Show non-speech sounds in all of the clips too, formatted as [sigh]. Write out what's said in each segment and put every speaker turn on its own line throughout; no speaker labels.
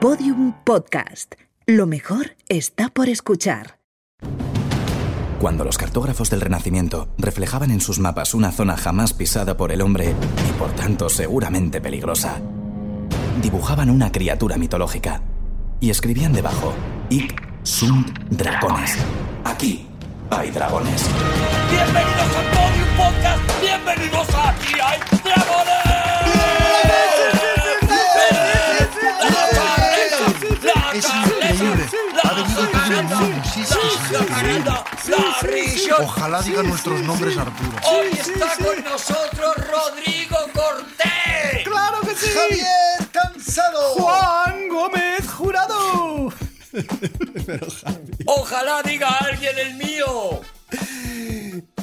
Podium Podcast. Lo mejor está por escuchar.
Cuando los cartógrafos del Renacimiento reflejaban en sus mapas una zona jamás pisada por el hombre y por tanto seguramente peligrosa, dibujaban una criatura mitológica y escribían debajo: Ic sunt dragones. Aquí hay dragones.
Bienvenidos a Podium Podcast, bienvenidos a Aquí hay Ah, dragones. La
Es
carreta,
increíble.
la
Ha venido todo el
carreta,
mundo. Sí, sí, es
la
increíble.
carreta, la risa.
Ojalá diga nuestros nombres, Arturo.
Hoy está con nosotros Rodrigo Cortés.
¡Claro que sí!
Javier Cansado.
¡Juan Gómez Jurado!
Ojalá diga alguien el mío.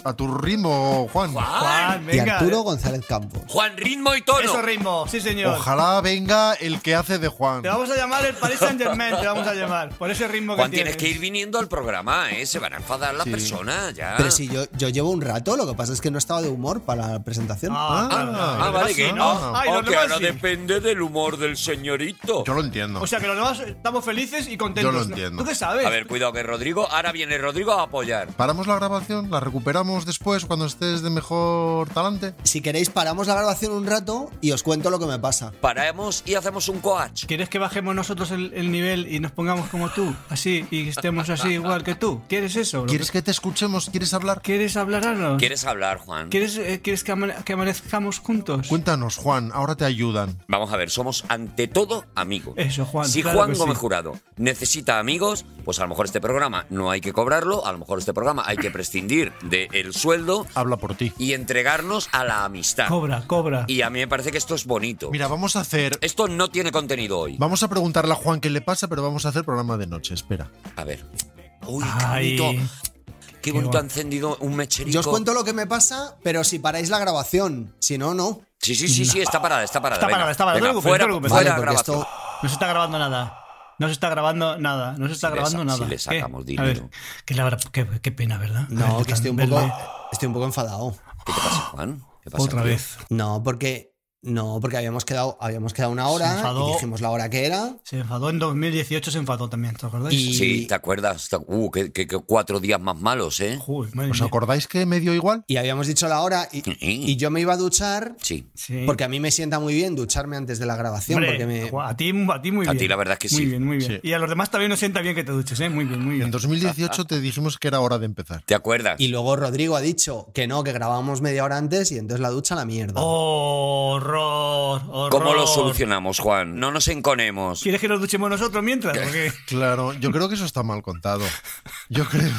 A tu ritmo, Juan.
Ah,
Juan,
y Arturo González Campos.
Juan ritmo y
Eso
tono.
eh, ritmo, sí señor.
Ojalá venga el que hace de Juan.
Te vamos a llamar el Paris Saint Germain, te vamos a llamar. Por ese ritmo que
Juan,
tienes.
tienes que ir viniendo al programa, ¿eh? Se van a enfadar las personas ya.
Pero si yo, yo llevo un rato, lo que pasa es que no estaba de humor para la presentación.
Ah, claro, claro.
Ah, vale, que no.
Ah, y los
Oh, que
demás
ahora
sí.
depende del humor del señorito.
Yo lo entiendo.
O sea que los demás estamos felices y contentos.
Yo lo
¿no?
entiendo.
¿Tú qué sabes?
A ver, cuidado que Rodrigo, ahora viene Rodrigo a apoyar.
Paramos la grabación, la recuperamos después cuando estés de mejor talante.
Si queréis, paramos la grabación un rato y os cuento lo que me pasa.
Paramos y hacemos un coach.
¿Quieres que bajemos nosotros el, el nivel y nos pongamos como tú? Así, y estemos así igual que tú. ¿Quieres eso?
¿Quieres que te escuchemos? ¿Quieres hablar?
¿Quieres hablar algo?
¿Quieres hablar, Juan?
¿Quieres, eh, quieres que, amane- que amanezcamos juntos?
Cuéntanos, Juan. Ahora te ayudan.
Vamos a ver, somos ante todo amigos.
Eso, Juan,
Si
claro
Juan
que sí.
Gómez Jurado necesita amigos, pues a lo mejor este programa no hay que cobrarlo, a lo mejor este programa hay que prescindir del sueldo
Habla por ti.
y entregarnos a la amistad.
Cobra, cobra.
Y a mí me parece que esto es bonito.
Mira, vamos a hacer.
Esto no tiene contenido hoy.
Vamos a preguntarle a Juan qué le pasa, pero vamos a hacer programa de noche. Espera.
A ver. Uy,
Ay.
qué bonito. Qué bonito
guay.
ha encendido un mecherico.
Yo os cuento lo que me pasa, pero si paráis la grabación, si no, no.
Sí, sí, sí, sí, está parada, está parada.
Está
venga,
parada, está parada, no te
venga,
preocupes,
fuera,
no te preocupes.
fuera
Vale, porque
grabación.
esto-
No se está grabando nada. No se está grabando nada. No se está
Si le
grabando
sa-
nada.
si le sacamos
¿Qué? A
dinero.
ver, que la verdad- qué, qué pena, ¿verdad? A
No,
ver,
que estoy un poco,
verle
estoy un poco enfadado.
¿Qué te
[gasps]
pasa, Juan? ¿Qué pasa,
Otra
tío?
vez.
No, porque no, porque habíamos quedado, habíamos quedado una
Se
hora
enfadó.
y dijimos la hora que era.
Se enfadó en 2018, se enfadó también, ¿te acordáis?
Y-
Sí, ¿te acuerdas? Te- Uh, que, que- que cuatro días más malos, ¿eh?
Uy, madre
¿Os
mía.
acordáis que me dio igual?
Y habíamos dicho la hora y, y yo me iba a duchar
Sí.
Sí.
porque a mí me sienta muy bien ducharme antes de la grabación
Hombre,
porque me,
jo, a, ti, a ti muy
A
bien.
ti la verdad es que sí.
Muy bien, muy bien.
Sí.
Y a los demás también nos sienta bien que te duches, ¿eh? Muy bien, muy
En
bien.
2018 te dijimos que era hora de empezar.
¿Te acuerdas?
Y luego Rodrigo ha dicho que no, que grabamos media hora antes y entonces la ducha a la mierda.
Oh.
Horror, horror.
¿Cómo lo solucionamos, Juan? No nos enconemos.
¿Quieres que nos duchemos nosotros mientras?
[laughs]
[laughs]
¿O qué?
Claro, yo creo que eso está mal contado. Yo [laughs] creo.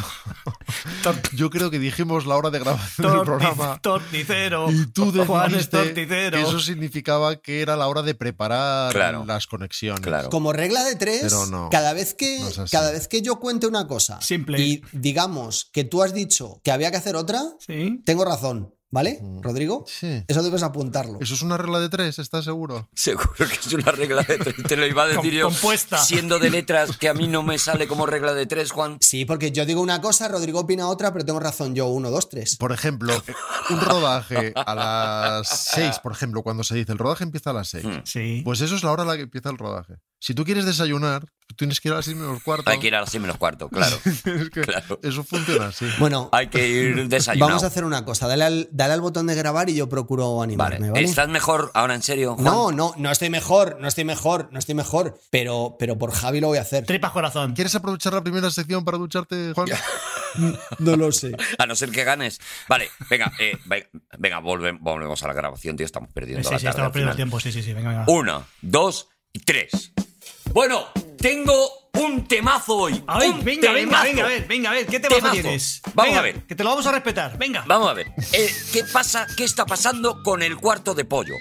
Yo creo que dijimos la hora de grabación del
Torti-
programa.
[laughs] torticero.
Y tú
Juan es
decidiste
torticero.
que eso significaba que era la hora de preparar
Claro.
las conexiones.
Claro.
Como regla de tres,
Pero no,
cada, vez que,
no es así.
cada vez que yo cuente una cosa
Simple.
y digamos que tú has dicho que había que hacer otra,
Sí.
tengo razón, ¿vale, Rodrigo?
Sí.
Eso debes apuntarlo.
Eso es una regla de tres, ¿estás seguro?
Seguro que es una regla de tres. Te lo iba a decir
[laughs] Com-
yo.
compuesta.
Siendo de letras que a mí no me sale como regla de tres, Juan.
Sí, porque yo digo una cosa, Rodrigo opina otra, pero tengo razón yo, uno, dos, tres.
Por ejemplo, un rodaje a las seis, por ejemplo, cuando se dice el rodaje empieza a las seis.
Hmm.
Sí.
Pues eso es la hora a la que empieza el rodaje. Si tú quieres desayunar, tienes que ir a las seis menos cuarto.
Hay que ir a las seis menos cuarto,
[laughs]
claro.
[laughs] Es que
claro.
Eso funciona así.
Bueno,
Hay que ir desayunado.
vamos a hacer una cosa, dale al, dale al botón de grabar y yo procuro
Vale.
animarme, ¿vale?
¿Estás mejor ahora en serio, Juan?
No, no, no estoy mejor, no estoy mejor, no estoy mejor, pero, pero por Javi lo voy a hacer.
Tripas corazón.
¿Quieres aprovechar la primera sección para ducharte, Juan? [laughs]
No
[laughs]
lo sé.
A no ser que ganes. Vale, venga, eh, ve- venga, volve- volvemos a la grabación, tío. Estamos perdiendo
Sí,
la
sí,
tarde.
estamos
al
perdiendo
final.
el tiempo. Sí, sí, sí. Venga, venga.
Una, dos y tres. Bueno, tengo un temazo hoy.
Ay,
un
venga, venga,
temazo.
venga, a ver, venga, a ver, ¿qué temazo,
Temazo.
tienes?
Vamos
Venga,
a ver.
Que te lo vamos a respetar, venga.
Vamos a ver. eh, ¿Qué pasa? ¿Qué está pasando con el cuarto de pollo?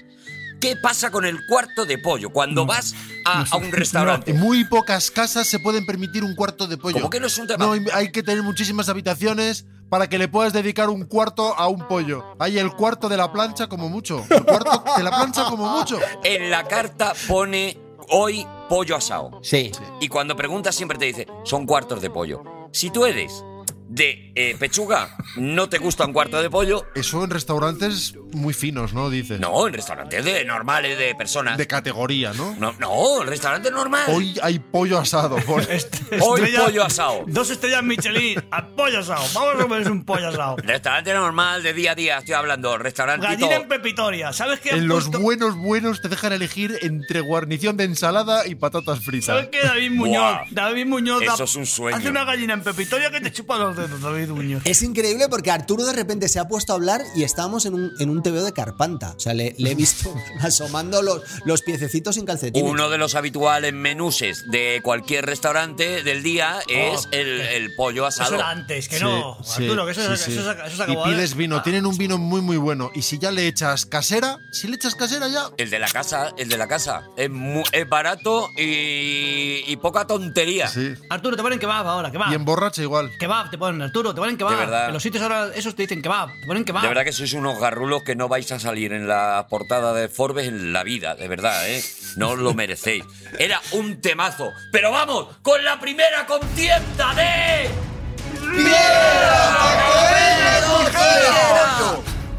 ¿Qué pasa con el cuarto de pollo
Mm.
cuando vas a, a un restaurante?
En muy pocas casas se pueden permitir un cuarto de pollo.
¿Cómo que no es un tema?
No, hay que tener muchísimas habitaciones para que le puedas dedicar un cuarto a un pollo. Hay el cuarto de la plancha como mucho. El cuarto de la plancha como mucho.
En la carta pone hoy pollo asado.
Sí.
Y cuando preguntas siempre te dice, son cuartos de pollo. Si tú eres de eh, pechuga, no te gusta un cuarto de pollo.
Eso en restaurantes muy finos, ¿no? Dices.
No, en restaurantes de normales de personas.
De categoría, ¿no?
No, no, en restaurante normal.
Hoy hay pollo asado.
[laughs]
por-
Este Hoy
Estrella-
pollo asado.
Dos estrellas Michelin. A pollo asado. Vamos a comer un pollo asado.
Restaurante normal de día a día, estoy hablando. Restaurantito.
Gallina en Pepitoria. ¿Sabes qué? han
en los
puesto?
buenos buenos te dejan elegir entre guarnición de ensalada y patatas fritas.
¿Sabes qué? David Muñoz.
Buah.
David Muñoz. da-
Eso es un sueño.
Hace una gallina en Pepitoria que te chupa los dedos, David Muñoz.
Es increíble porque Arturo de repente se ha puesto a hablar y estábamos en un, en un TVO de Carpanta. O sea, le, le he [laughs] visto asomando los, los piececitos sin calcetines.
Uno de los habituales menuses de cualquier restaurante del día es el, el pollo
Oh. Eso
asado.
era antes, que
Sí,
no.
sí,
Arturo, que eso,
sí,
se-
sí.
eso se- eso se
Y
acabó, ¿eh?
pides vino, tienen un vino muy muy bueno. Y si ya le echas casera, si le echas casera ya.
El de la casa, el de la casa. Es, mu- es barato y, y poca tontería.
Sí.
Arturo, te ponen kebab ahora, kebab.
Y emborracha igual.
Kebab, te ponen Arturo, te ponen kebab.
De verdad.
En los sitios ahora esos te dicen kebab, te ponen kebab.
De verdad que sois unos garrulos que no vais a salir en la portada de Forbes en la vida, de verdad, ¿eh? No os lo merecéis. Era un temazo. Pero vamos, con la primera contienda de...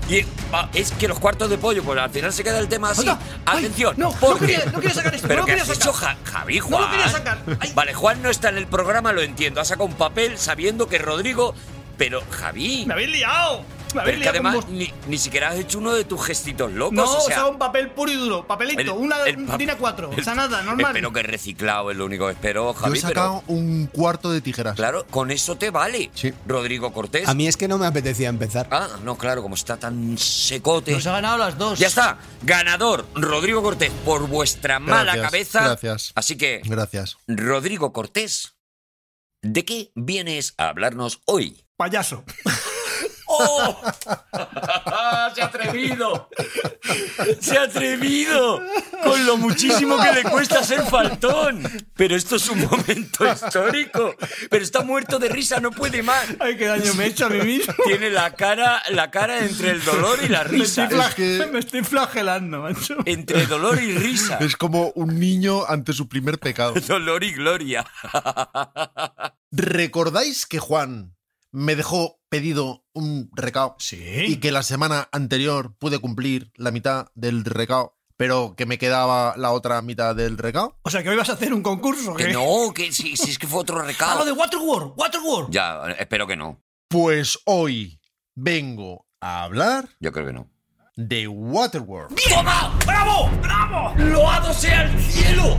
Y va, es que los cuartos de pollo, pues al final se queda el tema así.
Oiga, ay,
Atención,
no, no
porque-
quería- no quería sacar esto,
Pero
no lo
¿qué
quería
has
sacar.
hecho, Ja- Javi,
No
Juan?
lo quería sacar. Ay.
Vale, Juan no está en el programa, lo entiendo. Ha sacado un papel sabiendo que Rodrigo. Pero, Javi.
¡Me habéis liado! ¡Me
Pero es
habéis
que
liado! con
además
vos.
ni, ni siquiera has hecho uno de tus gestitos locos.
No,
o
o
sea,
sea, un papel puro y duro, papelito,
el-
una
el
un
pap-
DIN A4, o sea,
el-
nada, normal.
Espero que reciclado es lo único que espero,
Yo
Javi.
he
Pero
sacado un cuarto de tijeras.
claro, con eso te vale,
Sí.
Rodrigo Cortés.
A mí es que no me apetecía empezar.
Ah, no, claro, como está tan secote.
Nos ha ganado las dos.
Ya está, ganador Rodrigo Cortés por vuestra mala
Gracias,
cabeza.
gracias.
Así que,
Gracias.
Rodrigo Cortés, ¿de qué vienes a hablarnos hoy?
Payaso.
¡Oh! [laughs] ¡Se ha atrevido! ¡Se ha atrevido! Con lo muchísimo que le cuesta ser faltón. Pero esto es un momento histórico. Pero está muerto de risa, no puede más.
Ay, qué daño me he hecho a mí
[laughs]
mismo.
Tiene la cara, la cara entre el dolor y la
Me estoy,
risa.
flag-
Es que-
[laughs] me estoy flagelando, macho.
Entre dolor y risa.
Es como un niño ante su primer pecado.
Dolor y gloria.
¿Recordáis que Juan me dejó pedido un recao? Y
Sí.
que la semana anterior pude cumplir la mitad del recao, pero que me quedaba la otra mitad del recao.
O sea, que hoy vas a hacer un concurso.
Que
¿qué?
no, que si, si es que fue otro
Ah, lo
recado.
de Waterworld, Waterworld.
Ya, espero que no.
Pues hoy vengo a hablar
Yo creo que no.
de Waterworld.
¡Toma! ¡Bravo! ¡Bravo! ¡Loado sea el cielo!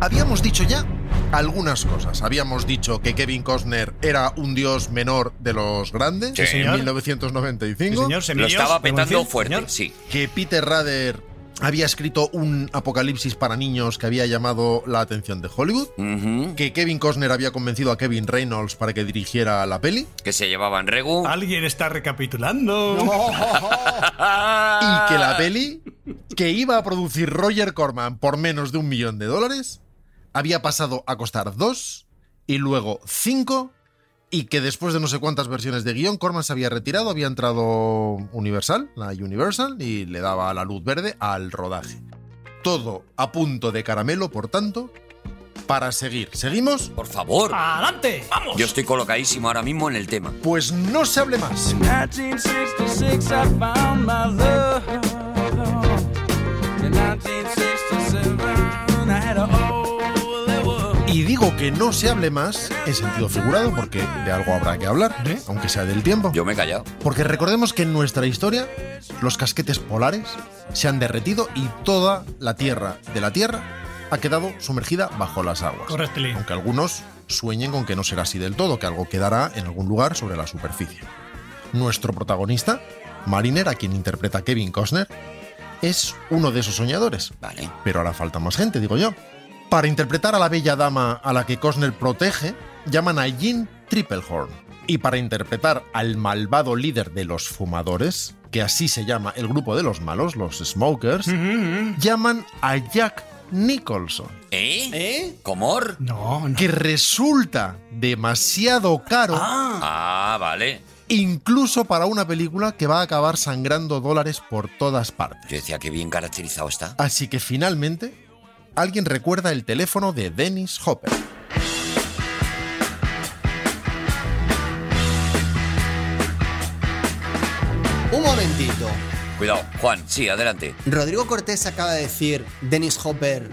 Habíamos dicho ya algunas cosas. Habíamos dicho que Kevin Costner era un dios menor de los grandes
Sí,
en
señor.
1995.
Sí, señor,
Lo
Semillos,
estaba
¿podemos
petando
decir,
fuerte,
señor?
sí.
que Peter Rader había escrito un apocalipsis para niños que había llamado la atención de Hollywood,
Ujú.
que Kevin Costner había convencido a Kevin Reynolds para que dirigiera la peli
Que se llevaban regu. [laughs]
Alguien está recapitulando.
y que
Ah.
la peli que iba a producir Roger Corman por menos de un millón de dólares había pasado a costar dos y luego cinco y que después de no sé cuántas versiones de guión Corman se había retirado, había entrado Universal, la Universal y le daba la luz verde al rodaje. Todo a punto de caramelo, por tanto, para seguir. ¿Seguimos?
Por favor.
Ah. ¡Adelante! ¡Vamos!
Yo estoy colocadísimo ahora mismo en el tema.
Pues no se hable más.
1966 I found my love. In 1967 I had a hole that was
Y digo que no se hable más en sentido figurado porque de algo habrá que hablar,
¿Eh?
aunque sea del tiempo.
Yo me he callado.
Porque recordemos que en nuestra historia los casquetes polares se han derretido y toda la tierra de la Tierra ha quedado sumergida bajo las aguas.
Correcto, Lee.
Aunque algunos sueñen con que no será así del todo, que algo quedará en algún lugar sobre la superficie. Nuestro protagonista, Mariner, a quien interpreta Kevin Costner, es uno de esos soñadores.
Vale.
Pero hará falta más gente, digo yo. Para interpretar a la bella dama a la que Costner protege, llaman a Jean Triplehorn. Y para interpretar al malvado líder de los fumadores, que así se llama el grupo de los malos, los smokers,
Mm,
llaman a Jack Nicholson,
¿Eh?
¿Eh?
¿Comor?
No, no.
que resulta demasiado caro
Ah, vale.
incluso para una película que va a acabar sangrando dólares por todas partes.
Yo decía que bien caracterizado está.
Así que finalmente, alguien recuerda el teléfono de Dennis Hopper.
Un momentito.
Cuidado, Juan, sí, adelante.
Rodrigo Cortés acaba de decir, Dennis Hopper,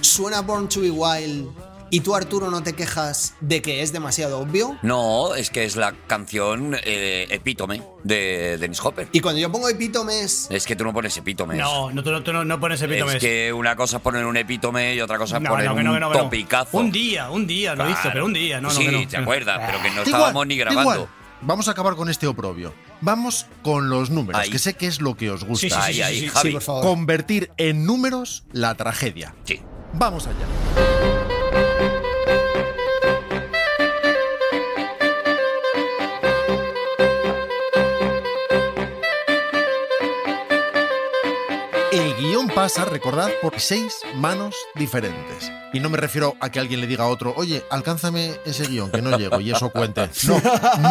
suena Born to be Wild y tú Arturo no te quejas de que es demasiado obvio.
No, es que es la canción eh, epítome de Dennis Hopper.
Y cuando yo pongo epítomes,
Es que tú no pones epítome.
No, no, tú no, tú no, no pones epítomes.
Es que una cosa es poner un epítome y otra cosa es poner
que que
un
que
topicazo.
Un día, un día lo hizo,
Claro.
pero un día, no, no,
Sí,
que no.
te acuerdas, pero que no
Da
estábamos
igual,
ni
da
grabando.
igual. Vamos a acabar con este oprobio. Vamos con los números,
Ahí.
que sé que es lo que os gusta.
Sí, sí,
Ahí,
sí,
ahí,
sí, sí,
Javi.
sí, por favor.
Convertir en números la tragedia.
Sí.
Vamos allá. El guión pasa, recordad, por seis manos diferentes. Y no me refiero a que alguien le diga a otro, oye, alcánzame ese guión, que no llego, y eso cuente. No, no,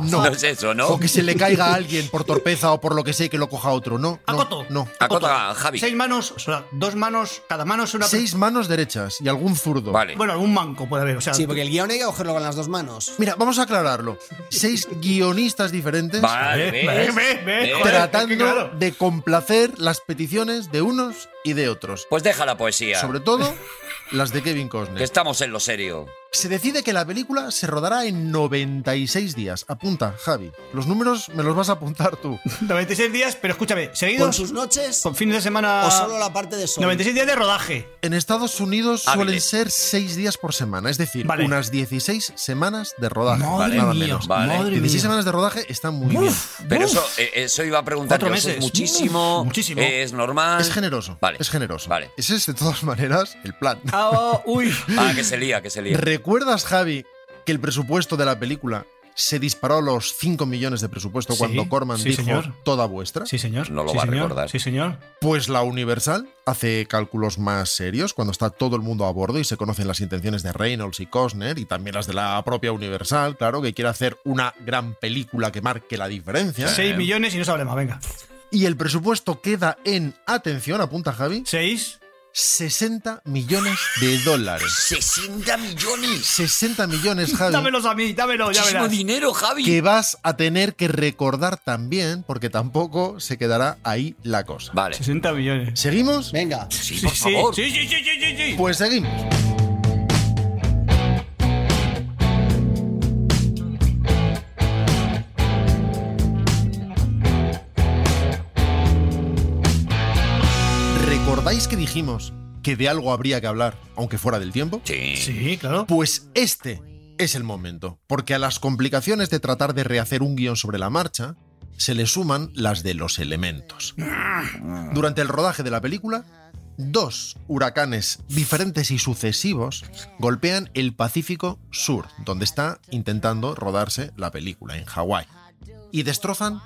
no.
[laughs]
No es eso, ¿no?
O que se le caiga a alguien por torpeza o por lo que sea y que lo coja otro. No, no,
Acoto.
no.
Acota, Javi.
Seis manos, o sea, dos manos, cada mano es una.
Seis manos derechas y algún zurdo.
Vale.
Bueno, algún manco puede haber, o sea. [laughs]
sí, porque el guión hay que cogerlo con las dos manos.
Mira, vamos a aclararlo. Seis guionistas diferentes
Vale,
¿Ves?
¿ves?
¿Ves? ¿Ves?
¿Ves?
Joder,
tratando
es que claro.
de complacer las peticiones de unos y de otros.
Pues deja la poesía.
Sobre todo las de Kevin Costner.
Que estamos en lo serio.
Se decide que la película se rodará en 96 días. Apunta, Javi. Los números me los vas a apuntar tú.
96 días, pero escúchame,
Con
seguidos,
sus noches
con fines de semana.
o solo la parte de sol.
96 días de rodaje.
En Estados Unidos suelen
Hábiles.
ser seis días por semana, es decir,
Vale.
unas 16 semanas de rodaje.
Madre
nada
mía,
menos.
Vale.
madre
16
mía.
semanas de rodaje está muy bien.
Uf,
Pero
uf.
eso, eh, eso iba a preguntar
Cuatro
yo, eso es
meses.
muchísimo. eh,
Uf, muchísimo.
Es normal.
Es generoso.
Vale.
Es generoso.
Vale.
Ese es de todas maneras el plan.
Ah, oh, uy.
Ah, que se lía, que se lía.
¿Recuerdas, Javi, que el presupuesto de la película se disparó a los 5 millones de presupuesto
Sí,
cuando Corman
sí,
dijo
señor.
toda vuestra?
[laughs] Sí, señor.
No lo
Sí,
va a
señor.
recordar.
Sí, señor.
Pues la Universal hace cálculos más serios cuando está todo el mundo a bordo y se conocen las intenciones de Reynolds y Costner y también las de la propia Universal, claro, que quiere hacer una gran película que marque la
Eh.
diferencia.
6 millones y no se hable más, venga.
Y el presupuesto queda en, atención, apunta Javi,
6.
60 millones de dólares.
60 millones.
60
[laughs]
millones, Javi.
Dámelos a mí, dámelo, ya
Muchísimo
verás.
dinero, Javi.
que vas a tener que recordar también, porque tampoco se quedará ahí la cosa.
Vale.
60 millones.
¿Seguimos?
Venga.
Sí,
Sí,
por
sí,
favor.
sí, sí, sí, sí, sí, sí.
Pues seguimos. ¿Recordáis que dijimos que de algo habría que hablar, aunque fuera del tiempo?
Sí.
Sí, claro.
Pues este es el momento, porque a las complicaciones de tratar de rehacer un guión sobre la marcha, se le suman las de los elementos. Durante el rodaje de la película, dos huracanes diferentes y sucesivos golpean el Pacífico Sur, donde está intentando rodarse la película, en Hawái, y destrozan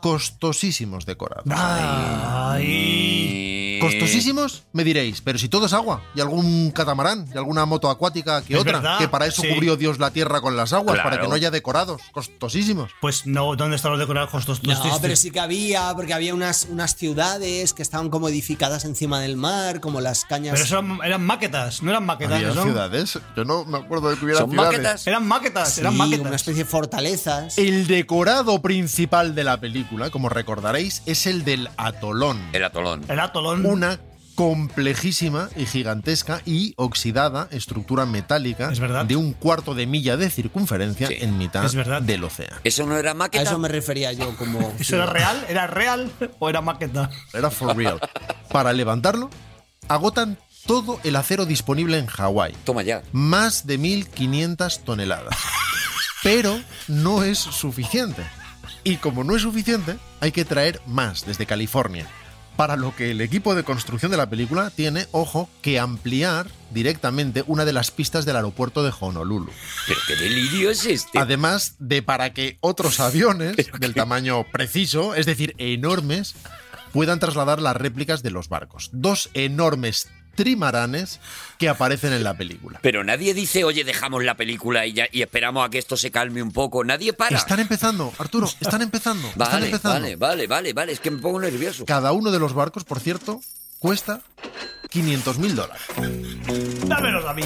costosísimos decorados.
Ay.
Eh,
Y-
Costosísimos, me diréis, pero si todo es agua, y algún catamarán, y alguna moto acuática que
Es
otra,
verdad,
que para eso
sí.
cubrió Dios la tierra con las aguas, para
Claro.
que no haya decorados, costosísimos.
Pues no, ¿dónde están los decorados con estos
No,
dos tristes?
pero sí que había, porque había unas, unas ciudades que estaban como edificadas encima del mar, como las cañas.
Pero eso eran, eran maquetas, no eran maquetas.
Había
¿no?
ciudades, yo no me acuerdo de que hubiera
Son
ciudades.
maquetas.
Eran maquetas,
Sí,
eran
una
maquetas.
especie de fortalezas.
El decorado principal de la película, como recordaréis, es el del atolón.
El atolón.
El atolón.
Una complejísima y gigantesca y oxidada estructura metálica
Es verdad.
de un cuarto de milla de circunferencia
Sí,
en mitad
es verdad.
del océano.
Eso no era
A
maqueta.
eso me refería yo como.
[laughs] ¿Eso era real? ¿Era real o era maqueta? [laughs]
Era for real. Para levantarlo, agotan todo el acero disponible en Hawái.
Toma ya.
Más de 1.500 toneladas. Pero no es suficiente. Y como no es suficiente, hay que traer más desde California. Para lo que el equipo de construcción de la película tiene, ojo, que ampliar directamente una de las pistas del aeropuerto de Honolulu.
Pero qué delirio es este.
Además de para que
[laughs]
otros aviones del tamaño preciso, es decir, enormes, puedan trasladar las réplicas de los barcos. Dos enormes trimaranes que aparecen en la película.
Pero nadie dice, oye, dejamos la película y, ya- y esperamos a que esto se calme un poco. Nadie para.
Están empezando, Arturo, están empezando. están
vale,
empezando.
vale, vale, vale, vale. Es que me pongo nervioso.
Cada uno de los barcos, por cierto, cuesta 500 mil dólares.
Dámelos a mí.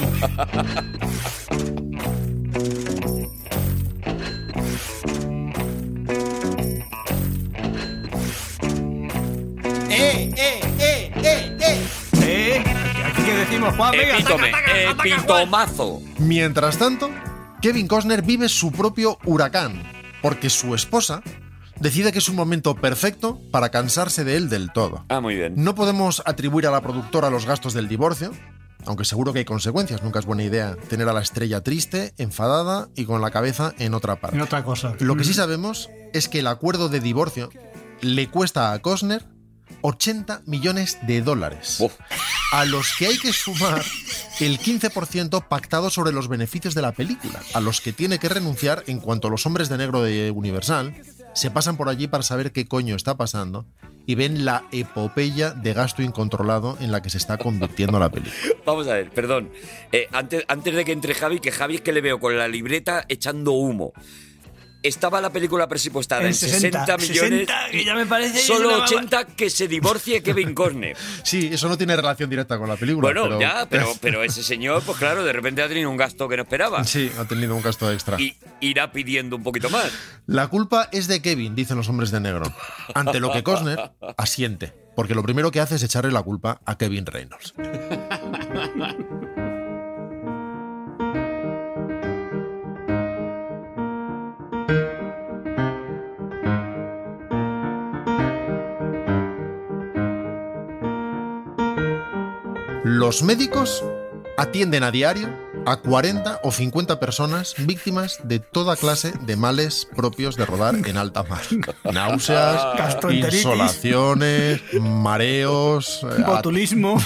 Eh,
Eh, decimos, Juan,
Eh,
venga, ataca,
Epítome,
ataca, ataca, Juan.
epitomazo.
Mientras tanto, Kevin Costner vive su propio huracán, porque su esposa decide que es un momento perfecto para cansarse de él del todo.
Ah, muy bien.
No podemos atribuir a la productora los gastos del divorcio, aunque seguro que hay consecuencias. Nunca es buena idea tener a la estrella triste, enfadada y con la cabeza en otra parte.
En otra cosa.
Lo que sí sabemos es que el acuerdo de divorcio le cuesta a Costner 80 millones de dólares,
Uf.
a los que hay que sumar el 15% pactado sobre los beneficios de la película, a los que tiene que renunciar en cuanto los hombres de negro de Universal se pasan por allí para saber qué coño está pasando y ven la epopeya de gasto incontrolado en la que se está convirtiendo la película.
[laughs] Vamos a ver, perdón. Eh, antes, antes de que entre Javi, que Javi es que le veo con la libreta echando humo. Estaba la película presupuestada en,
En 60,
60 millones.
60, que ya me parece
Solo
una-
80 que se divorcie Kevin Corner.
Sí, eso no tiene relación directa con la película.
Bueno,
pero-
ya, pero, pero ese señor, pues claro, de repente ha tenido un gasto que no esperaba.
[laughs] Sí, ha tenido un gasto extra.
Y irá pidiendo un poquito más.
La culpa es de Kevin, dicen los hombres de negro. Ante lo que Costner asiente, porque lo primero que hace es echarle la culpa a Kevin Reynolds. Los médicos atienden a diario a 40 o 50 personas víctimas de toda clase de males propios de rodar en alta mar. Náuseas,
Gastroenteritis.
insolaciones, mareos, eh,
Botulismo.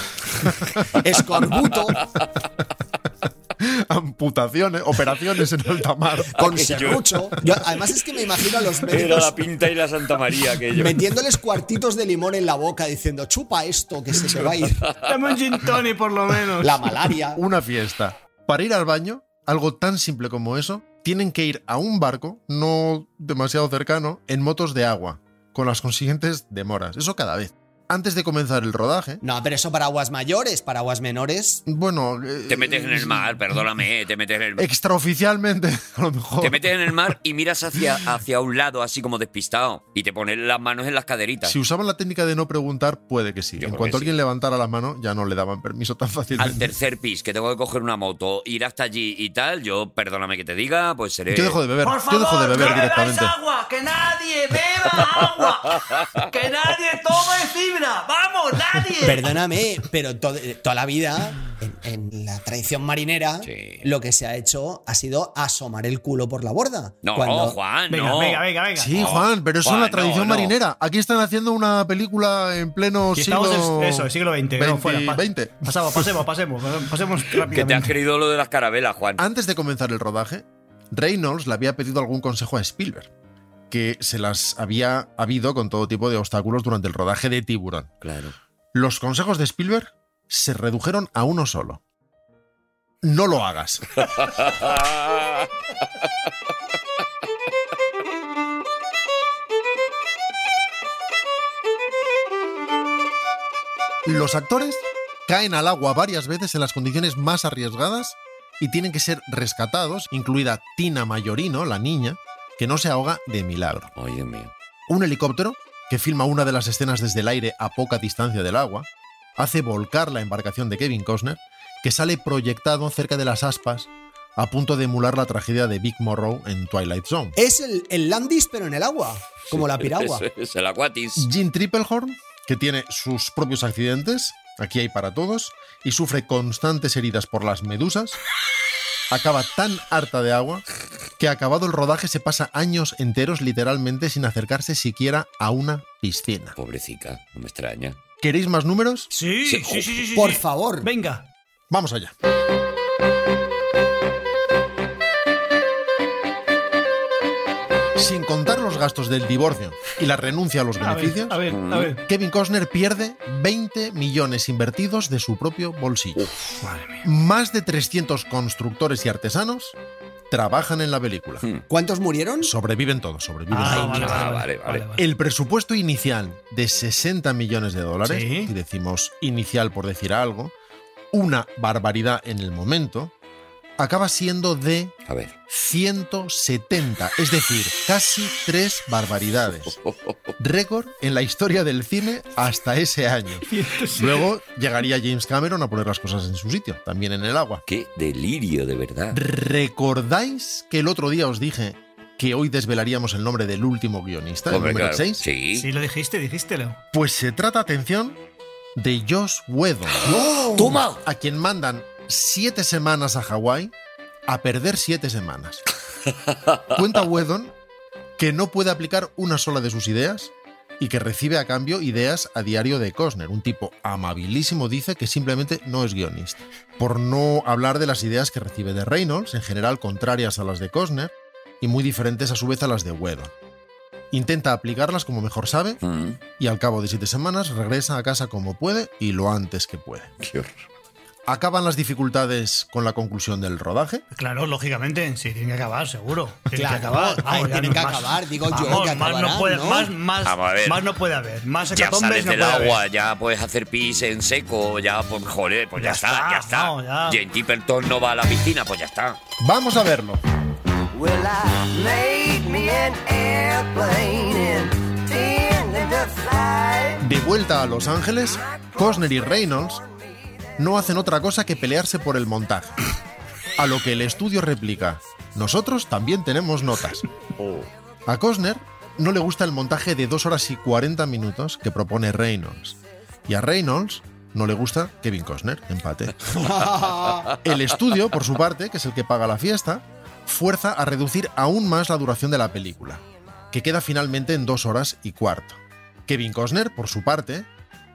[laughs]
Escorbuto,
at- amputaciones, operaciones en alta mar.
con serrucho. Yo, además es que me imagino a los
Era
médicos
la pinta y la Santa María que yo.
metiéndoles cuartitos de limón en la boca diciendo, chupa esto que se te va a ir.
Dame un gin tonic, por lo menos. [laughs]
La malaria.
Una fiesta. Para ir al baño, algo tan simple como eso, tienen que ir a un barco, no demasiado cercano, en motos de agua, con las consiguientes demoras. Eso cada vez. Antes de comenzar el rodaje,
No, pero eso para aguas mayores, para aguas menores.
bueno... eh,
Te metes en el mar, perdóname, te metes en el mar.
Extraoficialmente, [laughs] a lo mejor.
Te metes en el mar y miras hacia, hacia un lado, así como despistado, y te pones las manos en las caderitas.
Si usaban la técnica de no preguntar, puede que sí.
Yo
en
creo
cuanto
que
alguien levantara la mano, ya no le daban permiso tan
Al
fácilmente.
tercer pis, que tengo que coger una moto, ir hasta allí y tal, yo, perdóname que te diga, pues seré.
Yo dejo de beber,
Por
yo
favor,
dejo de beber
no bebáis
directamente.
agua, que nadie beba agua, que nadie tome fibra, vamos, nadie.
Perdóname, pero to- eh, toda la vida, en, en la tradición marinera,
Sí.
lo que se ha hecho ha sido asomar el culo por la borda.
No,
Cuando-
Juan,
Venga,
no.
venga, venga, venga.
Sí,
No,
Juan, pero eso es
Juan,
una tradición
no, no.
marinera. Aquí están haciendo una película en pleno
Si
siglo.
estamos en eso, el siglo XX, no, fuera, pa-
20.
Pasamos, pasemos, pasemos,
[laughs]
pasemos
Que te has
rápidamente.
creído lo de las carabelas, Juan.
Antes de comenzar el rodaje, Reynolds le había pedido algún consejo a Spielberg, que se las había habido con todo tipo de obstáculos durante el rodaje de Tiburón.
Claro.
Los consejos de Spielberg se redujeron a uno solo. No lo hagas.
Ah.
Los actores caen al agua varias veces en las condiciones más arriesgadas y tienen que ser rescatados, incluida Tina Mayorino, la niña, que no se ahoga de milagro
Ay, Dios mío.
un helicóptero, que filma una de las escenas desde el aire a poca distancia del agua, hace volcar la embarcación de Kevin Costner, que sale proyectado cerca de las aspas, a punto de emular la tragedia de Big Morrow en Twilight Zone.
Es el, el landis, pero en el agua, como la piragua.
Eso [laughs] es el aguatis.
Jim Triplehorn, que tiene sus propios accidentes, aquí hay para todos, y sufre constantes heridas por las medusas, acaba tan harta de agua que acabado el rodaje se pasa años enteros literalmente sin acercarse siquiera a una piscina.
Pobrecita, no me extraña.
¿Queréis más números?
Sí,
Sí,
sí, sí, sí, sí,
Por
sí.
favor.
Venga.
Vamos allá. Sin contar los gastos del divorcio y la renuncia a los
A
beneficios,
ver, a ver, a ver.
Kevin Costner pierde 20 millones invertidos de su propio bolsillo. Más de 300 constructores y artesanos trabajan en la película.
Hmm.
¿Cuántos murieron?
Sobreviven todos, sobreviven
Ah,
todos.
vale,
Ah,
vale,
vale,
vale,
vale.
[laughs] vale.
El presupuesto inicial de 60 millones de dólares,
Sí.
y decimos inicial por decir algo, una barbaridad en el momento, acaba siendo de
A ver.
170, es decir, casi tres
[laughs]
barbaridades. Récord en la historia del cine hasta ese año. Luego llegaría James Cameron a poner las cosas en su sitio, también en el agua.
Qué delirio, de verdad.
¿Recordáis que el otro día os dije que hoy desvelaríamos el nombre del último guionista, el
Hombre,
número
claro.
6?
Sí.
Sí, lo dijiste, dijistelo.
Pues se trata, atención, de Josh Whedon,
¡Toma!
a quien mandan siete semanas a Hawái a perder siete semanas. Cuenta Whedon que no puede aplicar una sola de sus ideas y que recibe a cambio ideas a diario de Costner, un tipo amabilísimo dice que simplemente no es guionista. Por no hablar de las ideas que recibe de Reynolds, en general contrarias a las de Costner y muy diferentes a su vez a las de Whedon. Intenta aplicarlas como mejor sabe
Mm,
y al cabo de siete semanas regresa a casa como puede y lo antes que puede.
qué horror.
Acaban las dificultades con la conclusión del rodaje.
Claro, lógicamente, sí, tiene que acabar, seguro. Tiene
Claro,
que acabar.
ay,
Vamos, ya
tiene
no-
que
más-
acabar, digo yo,
vamos,
que
más,
acabarán,
no puede,
¿no?
más, más,
Vamos a ver.
más no puede haber. Más
Ya
hecatombes
sales
no
del
puede haber.
agua, ya puedes hacer pis en seco, ya, pues joder, pues ya,
Ya
está,
está,
ya está.
no, ya.
Jane Tipperton no va a la piscina, pues ya está.
Vamos a verlo.
Well, I made me an airplane and tended to fly.
De vuelta a Los Ángeles, Costner y Reynolds no hacen otra cosa que pelearse por el montaje. A lo que el estudio replica, nosotros también tenemos notas. A Costner no le gusta el montaje de 2 horas y 40 minutos que propone Reynolds. Y a Reynolds no le gusta Kevin Costner, empate. El estudio, por su parte, que es el que paga la fiesta, fuerza a reducir aún más la duración de la película, que queda finalmente en dos horas y cuarto. Kevin Costner, por su parte,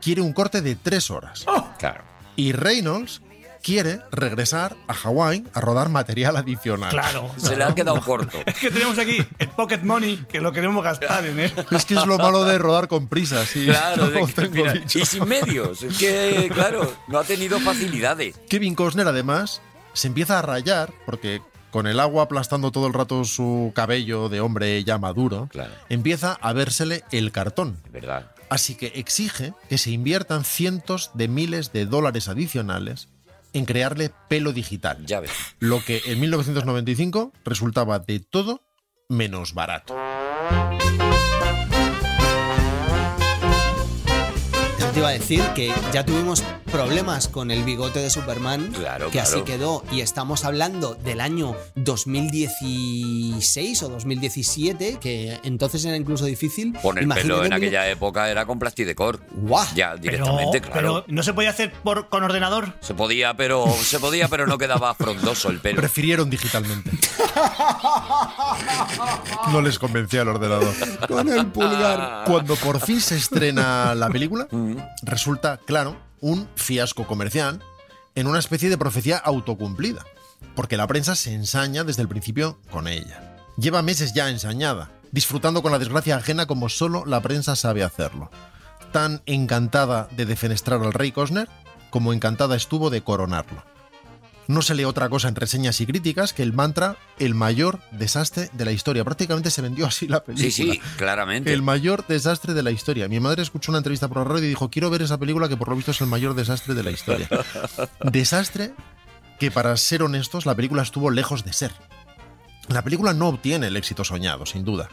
quiere un corte de tres horas.
Claro.
Y Reynolds quiere regresar a Hawái a rodar material adicional.
Claro.
Se le ha quedado corto.
Es que tenemos aquí el pocket money que lo queremos gastar en él.
Es que es lo malo de rodar con prisas. y
[laughs] [laughs]
[laughs]
Claro, de
no
que-
tengo
mira,
dicho.
y sin medios. Es que, claro, no ha tenido facilidades.
Kevin Costner, además, se empieza a rayar porque con el agua aplastando todo el rato su cabello de hombre ya maduro,
Claro.
empieza a vérsele el cartón.
Es verdad.
Así que exige que se inviertan cientos de miles de dólares adicionales en crearle pelo digital,
Ya ves.
lo que en 1995 resultaba de todo menos barato.
Eso te iba a decir que ya tuvimos problemas con el bigote de Superman,
Claro,
que
claro.
así quedó, y estamos hablando del año 2016 o 2017, que entonces era incluso difícil.
Poner
Imagínate
pelo en
mil-
aquella época era con plastidecor.
¡Guau!
Ya, [laughs]
Pero,
directamente, claro.
pero no se podía hacer por, con ordenador.
Se podía, pero se podía, pero no quedaba frondoso el pelo.
Prefirieron digitalmente. No les convencía el ordenador.
Con el pulgar.
Cuando por fin se estrena la película, resulta, claro, un fiasco comercial en una especie de profecía autocumplida, porque la prensa se ensaña desde el principio con ella. Lleva meses ya ensañada, disfrutando con la desgracia ajena como solo la prensa sabe hacerlo. Tan encantada de defenestrar al rey Cosner como encantada estuvo de coronarlo. No se lee otra cosa en reseñas y críticas que el mantra el mayor desastre de la historia. Prácticamente se vendió así la película.
Sí, sí, claramente.
El mayor desastre de la historia. Mi madre escuchó una entrevista por la radio y dijo, quiero ver esa película que por lo visto es el mayor desastre de
[laughs]
la historia. desastre que para ser honestos la película estuvo lejos de ser. La película no obtiene el éxito soñado, sin duda.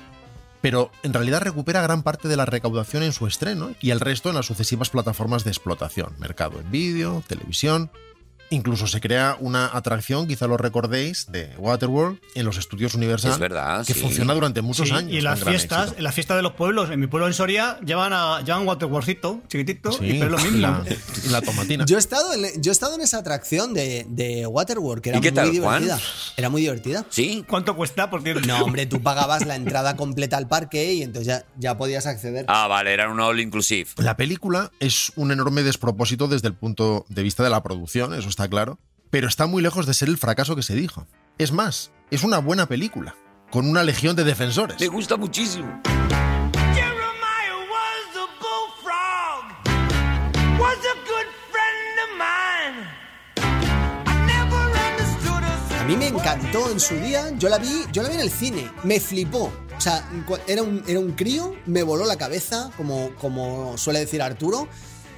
Pero en realidad recupera gran parte de la recaudación en su estreno y el resto en las sucesivas plataformas de explotación, mercado en vídeo, televisión. Incluso se crea una atracción, quizá lo recordéis, de Waterworld en los estudios Universal,
Es verdad,
que
sí.
funciona durante muchos
Sí,
años.
y en
con
las
gran
fiestas,
éxito.
en las fiestas de los pueblos, en mi pueblo en Soria, llevan a llevan Waterworthito, chiquitito, y pero es lo mismo.
La,
[laughs]
la tomatina.
Yo he, estado en, yo he estado en esa atracción de, de Waterworld, que era
¿Y qué
muy
tal, Juan?
divertida. Era muy divertida.
Sí,
¿Cuánto cuesta? Porque
No, hombre, tú pagabas la entrada completa al parque y entonces ya, ya podías acceder.
Ah, vale, era un all inclusive.
La película es un enorme despropósito desde el punto de vista de la producción, eso está claro, pero está muy lejos de ser el fracaso que se dijo. Es más, es una buena película, con una legión de defensores.
Me gusta muchísimo.
Jeremiah was a bullfrog, was a good friend of mine. I never understood us.
A mí me encantó en su día, yo la vi, yo la vi en el cine, me flipó. O sea, cu- era un, era un crío, me voló la cabeza, como, como suele decir Arturo,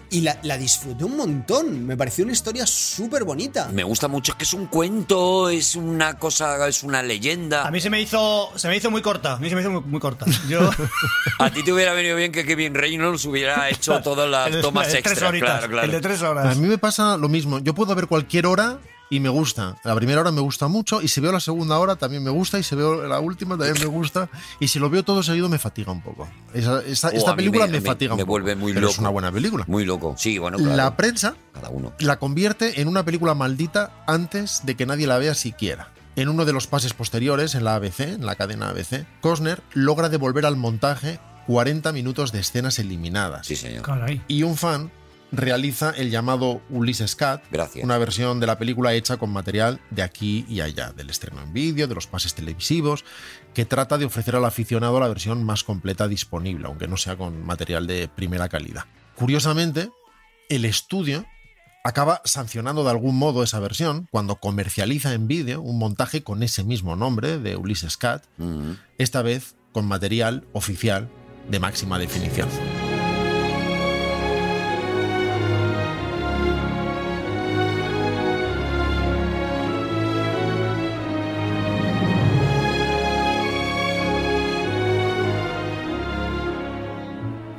y la, la disfruté un montón. Me pareció una historia súper bonita.
Me gusta mucho, es que es un cuento, es una cosa, es una leyenda.
A mí se me hizo, se me hizo muy corta. A mí se me hizo muy, muy corta.
[laughs]
Yo, [laughs]
A ti te hubiera venido bien que Kevin Reynolds
[laughs]
hubiera hecho todas las
el-
tomas
el de tres
extras,
horitas,
claro, claro.
El de tres
A
horas.
mí me pasa lo mismo. Yo puedo ver cualquier hora y me gusta. La primera hora me gusta mucho y si veo la segunda hora también me gusta y si veo la última también me gusta. Y si lo veo todo seguido me fatiga un poco. Esa- esta
Oh,
esta
a mí
película
me-
me,
me-
fatiga un
me
poco.
vuelve muy
pero es
loco.
una buena película.
Muy loco. Sí, bueno, claro.
La prensa
cada uno.
la convierte en una película maldita antes de que nadie la vea siquiera. En uno de los pases posteriores, en la ABC, en la cadena ABC, Costner logra devolver al montaje 40 minutos de escenas eliminadas.
Sí, señor.
Caray.
Y un fan realiza el llamado Ulysses Cat,
Gracias.
una versión de la película hecha con material de aquí y allá, del estreno en vídeo, de los pases televisivos, que trata de ofrecer al aficionado la versión más completa disponible, aunque no sea con material de primera calidad. Curiosamente, el estudio acaba sancionando de algún modo esa versión cuando comercializa en vídeo un montaje con ese mismo nombre de Ulysses Cat,
Mm. [laughs]
esta vez con material oficial de máxima definición.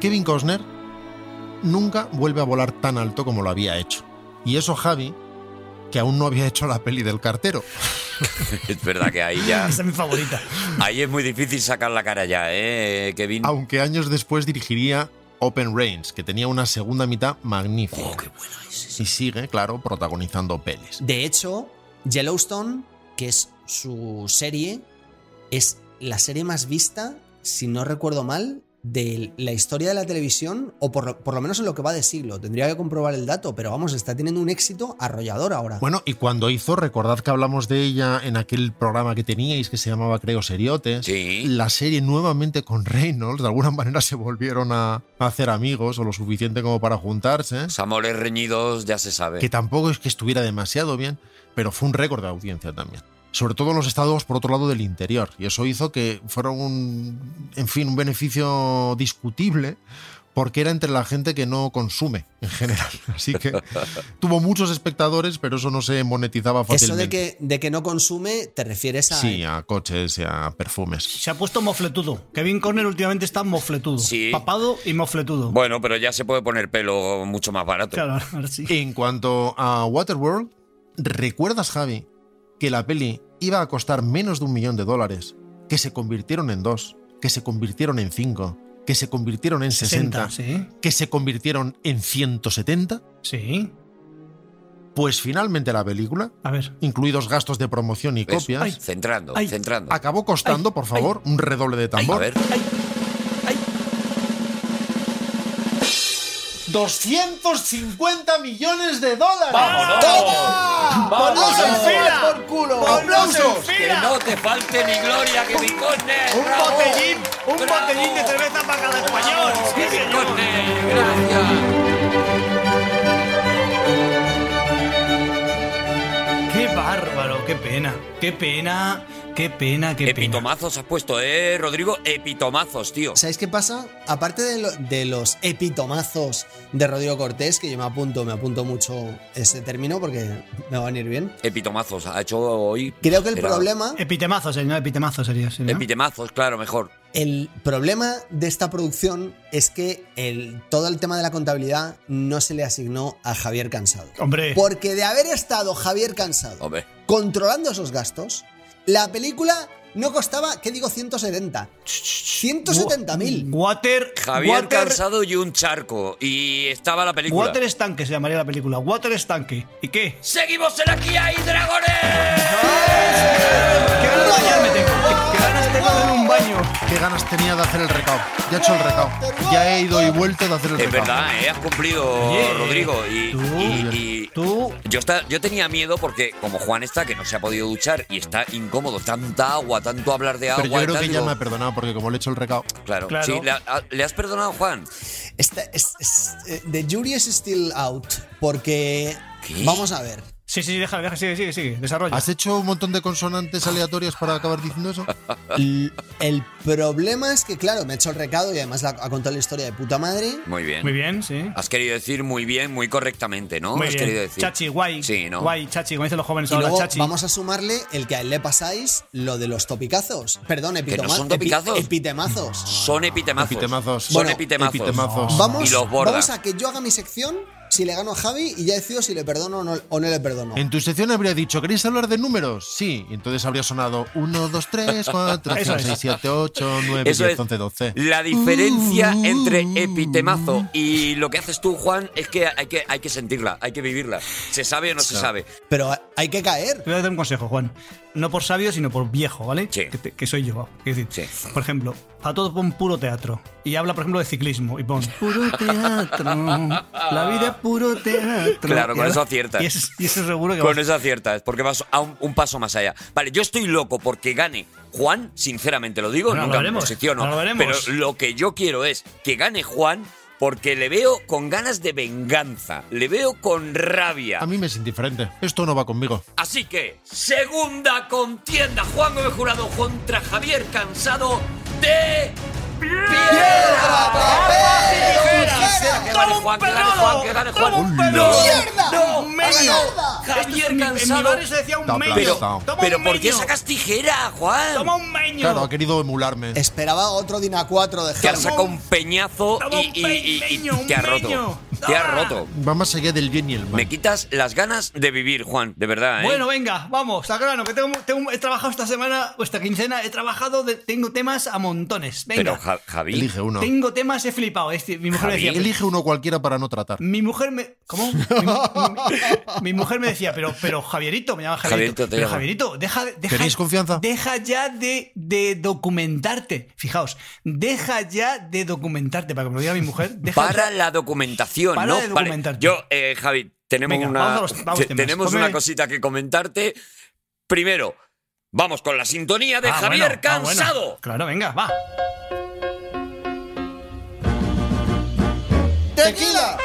Kevin Costner nunca vuelve a volar tan alto como lo había hecho. Y eso Javi, que aún no había [laughs] hecho la peli del cartero.
Es verdad que ahí
[laughs]
ya.
Esa es mi favorita.
Ahí es muy difícil sacar la cara ya, ¿eh, Kevin?
aunque años después dirigiría Open Range, que tenía una segunda mitad magnífica.
Oh,
Oh,
Y sigue, claro, protagonizando pelis.
De hecho, Yellowstone, que es su serie, es la serie más vista, si no recuerdo mal, de la historia de la televisión, o por, lo- por lo menos en lo que va de siglo. Tendría que comprobar el dato, pero vamos, está teniendo un éxito arrollador ahora.
Bueno, y cuando hizo, recordad que hablamos de ella en aquel programa que teníais que se llamaba Creo Seriotes.
Sí.
La serie nuevamente con Reynolds, de alguna manera se volvieron a a hacer amigos o lo suficiente como para juntarse.
Los amores reñidos ya se sabe.
que tampoco es que estuviera demasiado bien, pero fue un récord de audiencia también. Sobre todo en los estados, por otro lado, del interior. Y eso hizo que fuera un, en fin, un beneficio discutible porque era entre la gente que no consume en general. [laughs] Así que tuvo muchos espectadores, pero eso no se monetizaba
Eso de
fácilmente.
que, de que no consume, te refieres a...
Sí, a coches y a perfumes.
Se ha puesto mofletudo. Kevin Corner últimamente está mofletudo.
Sí.
Papado y mofletudo.
Bueno, pero ya se puede poner pelo mucho más barato.
Claro, ahora sí.
En cuanto a Waterworld, ¿recuerdas, Javi, que la peli iba a costar menos de un millón de dólares? Que se convirtieron en dos, que se convirtieron en cinco, que se convirtieron en 60,
Sí,
que se convirtieron en 170?
sí.
Pues finalmente la película,
A ver.
incluidos gastos de promoción y
¿Ves?
copias,
Ay.
Centrando,
Ay.
centrando.
acabó costando, por favor, un redoble de
a
tambor.
ver,
250 millones de dólares.
¡Vamos en fila!
¡Aplausos!
que no te falte ni gloria, Kevin Conner.
Un
Bravo.
botellín, un
Bravo.
botellín de cerveza para cada español. Sí,
Kevin
señor.
Conner, gracias.
Qué bárbaro, qué pena, qué pena, qué pena, qué pena.
Epitomazos has puesto, eh, Rodrigo. Epitomazos, tío.
¿Sabéis qué pasa? Aparte de, lo- de los epitomazos de Rodrigo Cortés, que yo me apunto, me apunto mucho ese término porque me va a venir bien.
Epitomazos, ha hecho hoy.
Creo que el
Era-
problema,
Epitemazo sería, no, epitemazo sería. sería, ¿no?
Epitemazos, claro, mejor.
el problema de esta producción es que el, todo el tema de la contabilidad no se le asignó a Javier Cansado.
Hombre,
Porque de haber estado Javier Cansado
Hombre,
controlando esos gastos, la película no costaba, ¿qué digo? 170. 170 mil.
Water.
Javier
water,
cansado y un charco. Y estaba la película.
Water estanque se llamaría la película. Water estanque. ¿Y qué?
¡Seguimos en Aquí hay dragones!
¿Qué ganas de bañarme tengo? ¿Qué ganas tengo de un baño?
¿Qué ganas tenía de hacer el recao? Ya he hecho el recao. Ya he ido y vuelto de hacer
[laughs]
el
Es
recao.
[laughs]
verdad, ¿eh? has cumplido,
Oye,
Rodrigo. Y,
tú,
y- y-
Tú.
yo, está, yo tenía miedo porque, como Juan está, que no se ha podido duchar y está incómodo, tanta agua, tanto hablar de agua.
Pero yo creo
tal,
que ya
digo,
me ha perdonado porque como le he hecho el recao.
Claro,
Claro.
Sí, le, ha- le has perdonado, Juan.
Esta- es- es- eh, the jury is still out porque
¿Qué?
Vamos a ver.
Sí, sí, sí, déjala, déjala, sigue, sigue, sigue. Desarrolla.
¿Has hecho un montón de consonantes aleatorias para acabar diciendo eso?
L- El problema es que, claro, me ha hecho el recado y además la- ha contado la historia de puta madre.
Muy bien.
Muy bien, sí.
Has querido decir muy bien, muy correctamente, Ah, ¿no?
Muy
Has
bien.
querido decir.
Chachi, guay.
Sí, ¿no?
Guay, chachi, como dicen los jóvenes
Y
ahora,
luego
chachi.
vamos a sumarle el que a él le pasáis lo de los topicazos. Perdón,
¿Que no
epitoma-
son
epi-
topicazos?
epitemazos.
Son epitemazos.
Epitemazos.
Son
Bueno,
epitemazos.
epitemazos.
Vamos,
Y los bordas.
vamos a que yo haga mi sección si le gano a Javi y ya decido si le perdono o no, o no le perdono.
En tu sección habría dicho, ¿queréis hablar de números? Sí, y entonces habría sonado 1, 2,
[laughs]
3, 4,
Eso
5,
es.
6, 7, 8, 9,
Eso
10,
es.
11, 12.
La diferencia
Mm.
entre epitemazo y lo que haces tú, Juan, es que hay que, hay que sentirla, hay que vivirla. ¿Se sabe o no se sabe?
Pero ha- hay que caer.
Te voy a dar un consejo, Juan. No por sabio, sino por viejo, ¿vale?
Sí.
Que, te- que soy yo. Es decir,
Sí.
por ejemplo, a todo pon puro teatro. Y habla, por ejemplo, de ciclismo. Y pon puro teatro. La vida es puro teatro.
Claro,
Y
con eso
habla-
aciertas.
Y eso, y eso seguro que
Con
vas-
eso aciertas, porque vas a un, un paso más allá. Vale, yo estoy loco porque gane Juan, sinceramente lo digo,
Ahora lo
nunca me
veremos,
posiciono.
ahora lo veremos.
pero lo que yo quiero es que gane Juan porque le veo con ganas de venganza, le veo con rabia.
A mí me es indiferente. Esto no va conmigo.
Así que, segunda contienda, Juan Gómez Jurado contra Javier Cansado de Piedra, Papel o Tijera. Que gane Juan, que gane Juan, que gane Juan.
¡Toma un pelo!
¡No!
¡Mierda!
¡No!
¡Un medio!
¡No!
Esto es
Javier
mi- En mi
Cansado.
barrio se decía un
Está
meño.
Pero,
Toma
pero
un
¿por qué
meño.
sacas tijera, Juan?
Toma un meño.
Claro, ha querido emularme.
Esperaba otro Dina 4 de
Te has
Javi.
sacado un peñazo
Toma
y,
un
y- y- y
peño, un
te ha
peño.
roto. Te ha
Toma.
roto.
Va más allá del bien y el mal.
Me quitas las ganas de vivir, Juan, de verdad, ¿eh?
Bueno, venga, vamos, a grano, que tengo, tengo- he trabajado esta semana, o esta quincena, he trabajado, de- tengo temas a montones.
pero
Venga,
Ja- Javi,
Elige uno.
tengo temas, he flipado. Este, mi mujer me decía,
Elige uno cualquiera para no tratar.
Mi mujer me. ¿Cómo? Mi, mi- mi mujer me decía, pero, pero Javierito, me llama
Javierito,
Javierito.
te
pero
llamo.
Javierito, deja, deja.
¿Tenéis confianza?
Deja ya de, de documentarte. Fijaos, deja ya de documentarte, para que me lo diga mi mujer. Deja
para
ya- Ah,
la documentación,
Para
¿no?
de
Vale,
documentarte.
Yo, eh, Javi, tenemos
Venga,
una,
vamos a los- vamos
te-
temas.
tenemos
Ponme-
una cosita que comentarte. Primero, vamos con la sintonía de
Ah, bueno,
Javier
ah, bueno.
Cansado.
Claro, venga, va.
¡Tequila!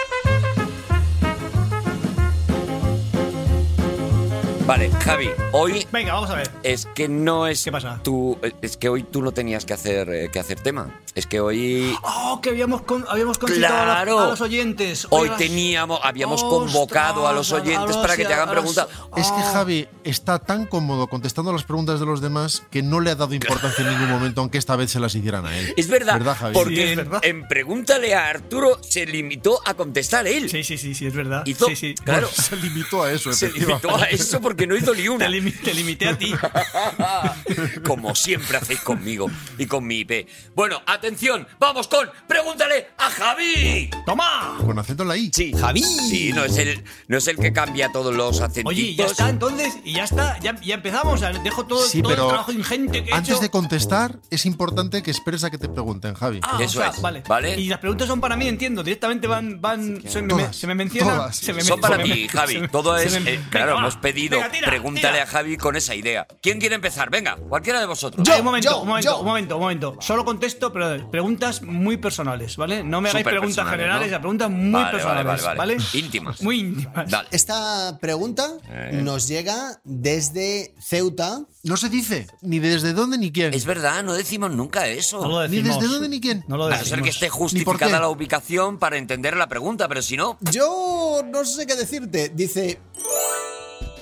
Vale, Javi, hoy
Venga, vamos a ver.
es que no es
¿Qué pasa?
tú, es que hoy tú no tenías que hacer eh, que hacer tema. Es que hoy
Oh, que habíamos, con- habíamos concitado a los-
Claro.
a, los, oyentes.
Hoy
Oigas.
teníamos, habíamos
Ostras,
convocado a los
a
oyentes
los-
para que te hagan
a los-
preguntas.
Es que
Ah.
Javi está tan cómodo contestando las preguntas de los demás que no le ha dado importancia en ningún momento, aunque esta vez se las hicieran a él.
Es verdad,
Javi?
porque
Sí, es
en-
verdad.
en Pregúntale a Arturo se limitó a contestar él.
Sí, sí, sí, sí, es verdad.
Hizo-
sí, sí.
claro,
[laughs] Se limitó a
[laughs]
eso,
se
efectivamente.
limitó a eso porque no hizo ni
[laughs] Te,
una.
limi- te limité a ti.
[laughs] Como siempre hacéis conmigo y con mi IP. Bueno, atención, vamos con Pregúntale a Javi.
¡Toma!
Con acento en la I.
Sí,
¡Javi!
Sí, no es el, no es el que cambia todos los acentitos.
Oye, ya está, entonces, y ya está, ya, ya empezamos. o sea, Dejo todo,
Sí,
todo
pero
el trabajo ingente que he
Antes
hecho.
de contestar, es importante que esperes a que te pregunten, Javi.
Ah,
Eso
o sea,
es,
vale.
¿vale?
Y las preguntas son para mí, entiendo. Directamente van. van se, me,
Todas,
se me menciona.
todas.
se me-
Son
se
para
me-
ti,
[laughs] se
Javi.
me-
Todo
se
es.
me-
eh,
venga,
claro,
va.
hemos pedido.
Venga, tira,
pregúntale
tira.
a Javi con esa idea. ¿Quién quiere empezar? Venga, cualquiera de vosotros.
Eh, un momento,
yo,
un momento,
yo.
un momento, un momento. Solo contesto pero preguntas muy personales, ¿vale? No me hagáis preguntas
Superpersonales,
generales,
¿no?
a preguntas muy
Vale, vale,
personales,
vale,
vale,
vale. Íntimas.
Muy íntimas.
Dale.
Esta pregunta
Eh.
nos llega desde Ceuta.
No se dice ni desde dónde ni quién.
Es verdad, no decimos nunca
No lo
eso.
Ni
decimos.
desde dónde ni quién.
No lo
A no ser que
decimos.
esté
qué.
justificada la ubicación para entender la pregunta, pero si no, [laughs]
Yo no sé qué decirte. Dice.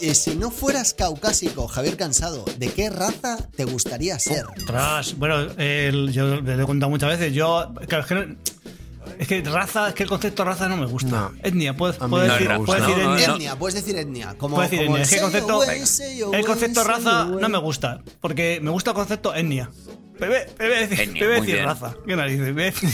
"Eh, Si no fueras caucásico, Javier Cansado, ¿de qué raza te gustaría ser?
Ostras, bueno, el- yo le he contado muchas veces, yo... claro, es, que no- es que raza, es que el concepto raza no me gusta.
No.
Etnia, puedes,
A mí
puedes
no
decir,
me gusta.
puedes decir
No, no,
etnia.
no.
Etnia, puedes decir etnia. Como,
Puedes decir
como
etnia, es que el
say
concepto-
your way, say your
El
way,
concepto
say
raza
your way.
no me gusta, porque me gusta el concepto etnia. Te voy- te voy a decir,
Etnia,
te voy a
muy
decir
bien.
raza. ¿Qué narices? Me voy a decir-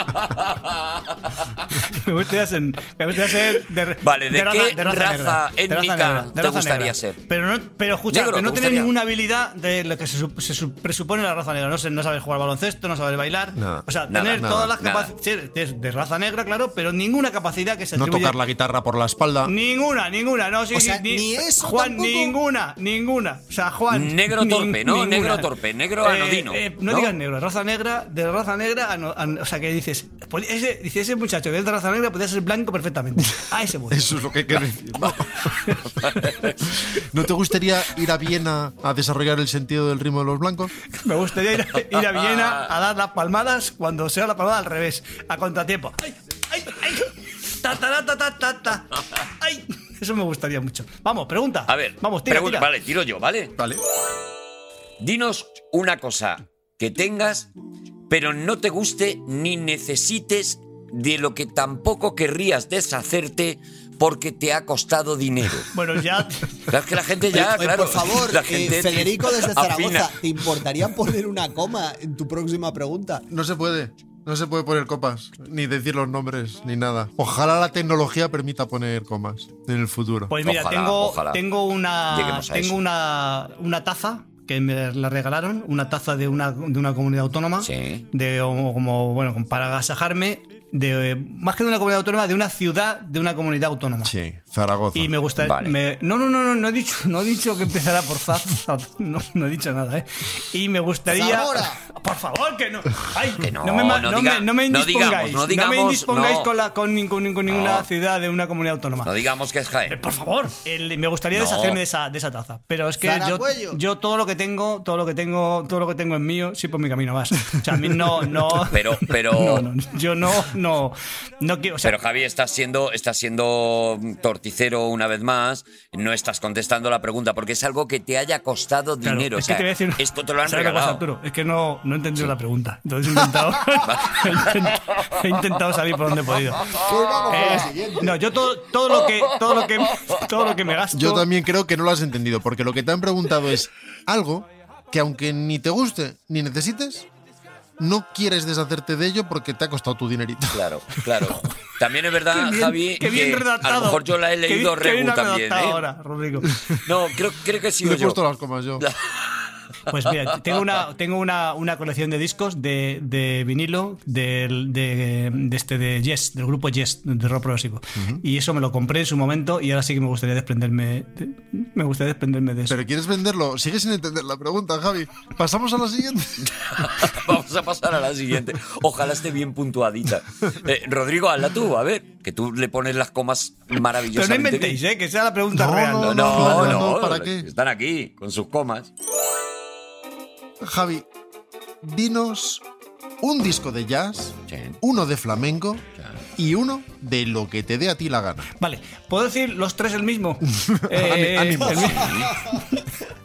[laughs] Me gustaría ser, me gustaría ser de, re-
Vale, ¿de qué raza
negra, de
étnica
negra,
te
raza
gustaría
negra.
ser?
Pero, no, pero escucha,
Negro,
pero no
¿te
tener
gustaría?
ninguna habilidad de lo que se, sup- se sup- presupone la raza negra. No, sé, no sabes jugar al baloncesto, no sabes bailar.
Nada,
o sea,
nada,
tener
nada,
todas las
nada.
capacidades. De raza negra, claro, pero ninguna capacidad que se
No
atribuya-
tocar la guitarra por la espalda.
Ninguna, ninguna, no, sí,
Ah. O
sí,
sea, ni eso
Juan,
tampoco.
ninguna, ninguna. O sea, Juan.
Negro torpe, ¿no?
ninguna. Eh,
Negro torpe, negro anodino,
no,
¿no?
digas negro, raza negra, de raza negra, ano- an- o sea, que dices, poli- ese, dice, ese muchacho que es de raza negra podía ser blanco perfectamente. A ese voy.
Eso es lo que hay que decir. [laughs] ¿No te gustaría ir a Viena a desarrollar el sentido del ritmo de los blancos?
Me gustaría ir a, ir a Viena a dar las palmadas cuando sea la palmada al revés, a contratiempo. ¡Ay, ay, ay! ¡Ta, ta, ta, ta, ta, ta! ¡Ay! Eso me gustaría mucho. Vamos, pregunta.
A ver,
vamos, tira,
pregun-
tira.
Vale, tiro yo, ¿vale?
Vale.
Dinos una cosa que tengas, pero no te guste ni necesites de lo que tampoco querrías deshacerte porque te ha costado dinero.
Bueno, ya.
Es que la gente ya,
Oye,
claro.
[laughs]
por favor,
la
eh,
gente
Federico desde
[laughs] afina.
Zaragoza, ¿te importaría poner una coma en tu próxima pregunta?
No se puede. No se puede poner copas, ni decir los nombres, ni nada. Ojalá la tecnología permita poner comas en el futuro.
Pues mira,
Ojalá,
tengo,
ojalá.
tengo una.
Lleguemos a eso.
Tengo una, una taza que me la regalaron, una taza de una, de una comunidad autónoma.
Sí.
De o- como, bueno, como para agasajarme. De, más que de una comunidad autónoma, de una ciudad, de una comunidad autónoma.
Sí, Zaragoza.
Y me gusta.
Vale.
me- no, no, no, no, no he dicho, no he dicho que empezará por Zaz. No, no he dicho nada, ¿eh? Y me gustaría.
Zamora.
Por favor, que no. Ay,
Que no,
me, ma-
no
no
diga-
me- no me
no
indispongáis.
digamos, no
me
digamos,
indispongáis
no.
con, la, con, nin- con ninguna
No.
ciudad de una comunidad autónoma.
No digamos que es
Eh,
Jaén.
Por favor, el- me gustaría
No.
deshacerme de esa, de esa taza. Pero es que
Zaragüello.
yo, yo todo lo que tengo, todo lo que tengo, todo lo que tengo en mío, sí por mi camino vas. O sea, a mí no, no.
[laughs] Pero, pero.
[laughs] no, no, yo no, no, no quiero. O sea,
Pero Javi, estás siendo, estás siendo torticero una vez más, no estás contestando la pregunta porque es algo que te haya costado
claro,
dinero.
es
o sea,
que te voy a decir,
esto te lo han
¿sabes qué pasa,
regalado.
Arturo? Es que no, no he entendido la pregunta. Entonces
[laughs]
he intentado, [laughs] he intent- he intentado salir por donde he podido.
Pues [laughs] vamos con la
Eh,
siguiente.
no, yo todo, todo lo que, todo lo que, todo lo que me gasto.
Yo también creo que no lo has entendido, porque lo que te han preguntado es algo que aunque ni te guste ni necesites, no quieres deshacerte de ello porque te ha costado tu dinerito.
Claro, claro. También es verdad,
[laughs] Qué bien-
Javi,
qué bien
que
redactado.
a lo mejor yo la he
Qué bien-
leído
qué bien
Regu también,
redactado
¿eh?
ahora, Rodrigo.
No, creo, creo que sí
Le he
yo.
puesto las comas yo.
Pues mira, tengo una, tengo una, una colección de discos de, de vinilo del- de, de este de Yes, del grupo Yes, de rock progresivo. Y eso me lo compré en su momento y ahora sí que me gustaría desprenderme de, me gustaría desprenderme de eso.
Pero quieres venderlo. Sigues sin entender la pregunta, Javi. Pasamos a la siguiente.
Vamos a pasar a la siguiente. Ojalá esté bien
[laughs]
puntuadita. Eh, Rodrigo, hazla tú, a ver, que tú le pones las comas
Pero no
maravillosamente.
inventéis,
bien.
¿eh? que sea la pregunta
No,
real.
No, no,
No,
no,
no, no, ¿para qué?
Están aquí con sus comas.
Javi, dinos un disco de jazz,
Sí.
uno de flamenco y uno de lo que te dé a ti la gana.
Vale, ¿puedo decir los tres el mismo? Eh,
ánimo.
el mismo.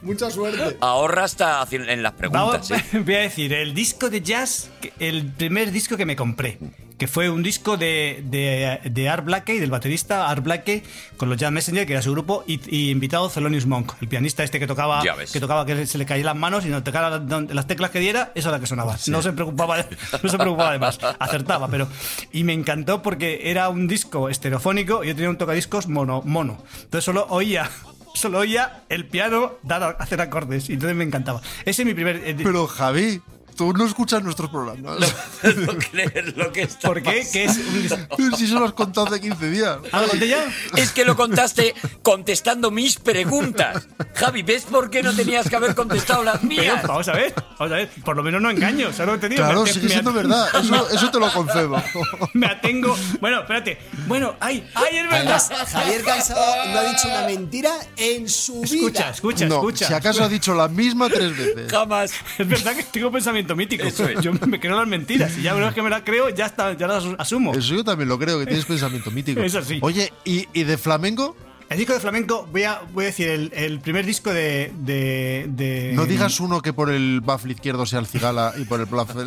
Mucha suerte.
Ahorra hasta haci- en las preguntas.
Vamos,
¿eh?
[laughs] voy a decir, el disco de jazz, que- el primer disco que me compré, que fue un disco de, de, de Art Blakey, del baterista Art Blakey, con los Jazz Messenger, que era su grupo, y, y invitado Thelonious Monk, el pianista este que tocaba
Ya ves.
que tocaba que se le caían las manos y no tocara las- don- las teclas que diera, esa era la que sonaba. No se preocupaba de, [laughs] no se preocupaba de más, acertaba, pero y me encantó porque era un disco estereofónico y yo tenía un tocadiscos mono mono. Entonces solo oía [laughs] Solo oía el piano dar a- hacer acordes y entonces me encantaba. Ese es mi primer eh,
Pero Javi, tú no escuchas nuestros programas.
no [laughs] creer lo que está
[laughs] ¿Por qué? Que es un dis-
[laughs] si se los contado hace 15 días.
¿Ah, lo conté ya?
Es que lo contaste contestando mis preguntas. Javi, ¿ves por qué no tenías que haber contestado las
Pero
mías?
vamos a ver, vamos a ver. Por lo menos no engaño, ¿sabes lo que te digo?
Claro,
Me-
sigue
me-
siendo verdad. Eso, eso te lo concedo.
[laughs] Me atengo. Bueno, espérate. Bueno, ay, ay, es verdad.
Además, Javier Cansado no ha dicho una mentira en su
Escucha,
vida.
escucha,
No,
escucha.
si acaso ha dicho la misma tres veces.
Jamás.
Es verdad que tengo pensamiento mítico.
Eso es.
Yo me creo las mentiras. Y ya una vez que me las creo, ya está, ya las asumo.
Eso yo también lo creo, que tienes pensamiento
[laughs]
mítico.
Eso sí.
Oye, ¿y, y de flamenco?
El disco de flamenco, voy a, voy a decir, el, el primer disco de, de, de-
No digas uno que por el baffle izquierdo sea el cigala y por el
[laughs]
plazo.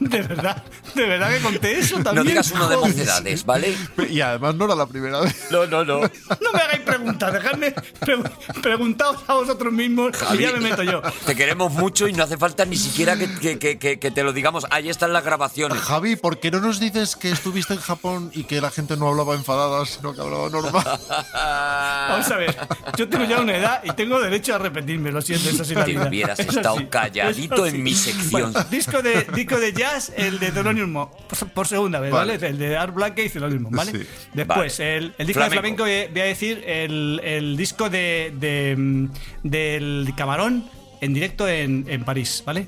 De verdad, de verdad que conté eso también.
No digas uno de
Joder.
mocedades, ¿vale?
Y además no era la primera vez.
No, no, no.
No me hagáis preguntas, dejadme pre- preguntaos a vosotros mismos y ya me meto yo.
Te queremos mucho y no hace falta ni siquiera que, que- que- que- que te lo digamos. Ahí están las grabaciones.
Javi, ¿por qué no nos dices que estuviste en Japón y que la gente no hablaba enfadada, sino que hablaba
[laughs]
normal?
[laughs] Vamos a ver, yo tengo ya una edad y tengo derecho a repetirme, lo siento, eso sí la
Te
vida.
hubieras
Eso
estado
sí,
calladito
eso
en mi sección.
Bueno, disco, de, disco de jazz, el de Thelonious Monk, por, por segunda vez,
Vale.
¿vale? El de Art Blakey y Thelonious Monk, ¿vale?
Sí.
Después,
Vale.
El, el disco
Flamenco.
de flamenco, eh, voy a decir el, el disco de, de, mm, del camarón, en directo en, en París, ¿vale?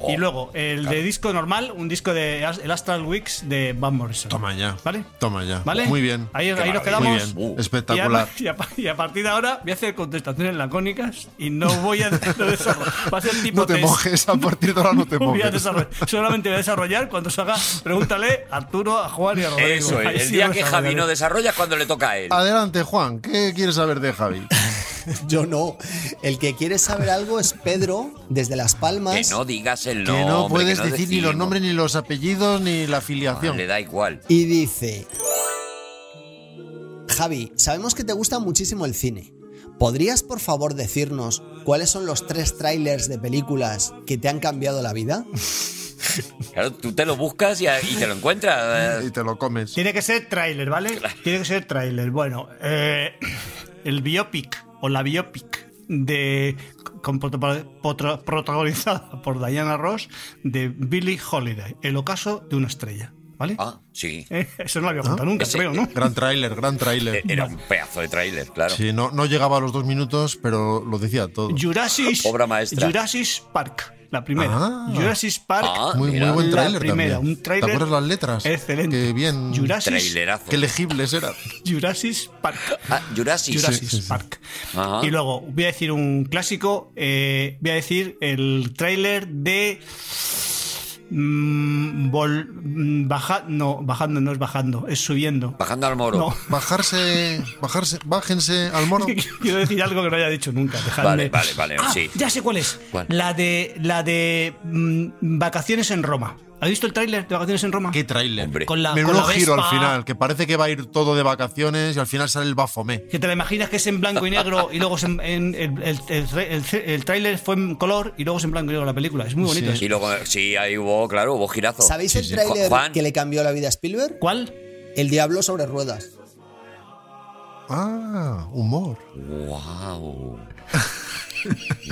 Oh,
Y luego, el de disco normal, un disco de As- el Astral Weeks de Van Morrison.
Toma ya.
¿Vale?
Toma ya.
¿Vale?
Muy bien.
Ahí, ahí nos
Muy
quedamos.
bien. Espectacular.
[laughs] Y a, y a- y a partir de ahora voy a hacer contestaciones lacónicas y no voy a. [laughs] no desarrollo. va a ser tipo
No te
test.
mojes, a partir de ahora no te
[laughs] Voy a
mojes.
desarrollar- solamente voy a desarrollar cuando se haga. Pregúntale a Arturo, a Juan y a Rodrigo.
Eso
Ahí
es. El
sí
día
lo
que Javi no
desarrollaré.
desarrolla es cuando le toca a él.
Adelante, Juan. ¿Qué quieres saber de Javi?
Yo no. El que quiere saber algo es Pedro, desde Las
Que [laughs]
Palmas.
no digas el nombre.
que no puedes
que
decir ni
decimos.
los nombres, ni los apellidos, ni la afiliación.
Le da igual.
Y dice, Javi, sabemos que te gusta muchísimo el cine. ¿Podrías por favor decirnos cuáles son los tres trailers de películas que te han cambiado la vida?
[laughs] Claro, tú te lo buscas y, y te lo
[laughs]
encuentras.
Y
eh,
te lo comes.
Tiene que ser tráiler, ¿vale? Tiene que ser tráiler. Bueno, eh, el biopic o la biopic de con prota- potra- protagonizada por Diana Ross de Billie Holiday, El ocaso de una estrella, ¿vale?
Ah, sí.
Eh, eso no lo había contado nunca,
Ese-
creo, ¿no?
Gran tráiler, gran
Eh,
tráiler.
Era un pedazo de tráiler, claro.
Sí, no, no llegaba a los dos minutos, pero lo decía todo.
Jurassic,
Obra maestra.
Jurassic Park, la primera.
Ah.
Jurassic Park,
Ah,
Muy, muy
mira.
buen
La
tráiler
primera,
también.
un tráiler
¿Te acuerdas las letras?
excelente.
Qué bien.
Jurassic,
Trailerazo.
Qué legibles eran.
Jurassic Park.
Ah, Jurassic.
Jurassic
sí, sí.
Park.
Ajá.
Y luego voy a decir un clásico. eh, voy a decir el tráiler de. mm, vol- mm, baja- no, bajando no es bajando, es subiendo.
Bajando al moro.
No. [laughs]
Bajarse, bajarse, bájense al moro.
Es que quiero decir algo que no haya dicho nunca. dejadme.
Vale, vale, vale,
Ah,
sí.
Ya sé cuál es.
¿Cuál?
La de la de mm, vacaciones en Roma. ¿Has visto el tráiler de vacaciones en Roma?
Qué tráiler.
Hombre.
Con la, con
Menudo
la
giro al
Vespa.
final, que parece que va a ir todo de vacaciones y al final sale el bafomé.
Que te la imaginas que es en blanco y negro y luego es en, en- el, el, el- el- el tráiler fue en color y luego es en blanco y negro la película. Es muy bonito.
Y luego, sí, ahí hubo, claro, hubo girazo.
¿Sabéis
Oh, Sí,
el
sí.
tráiler
Juan,
que le cambió la vida a Spielberg?
¿Cuál?
El diablo sobre ruedas.
Ah, humor.
Guau.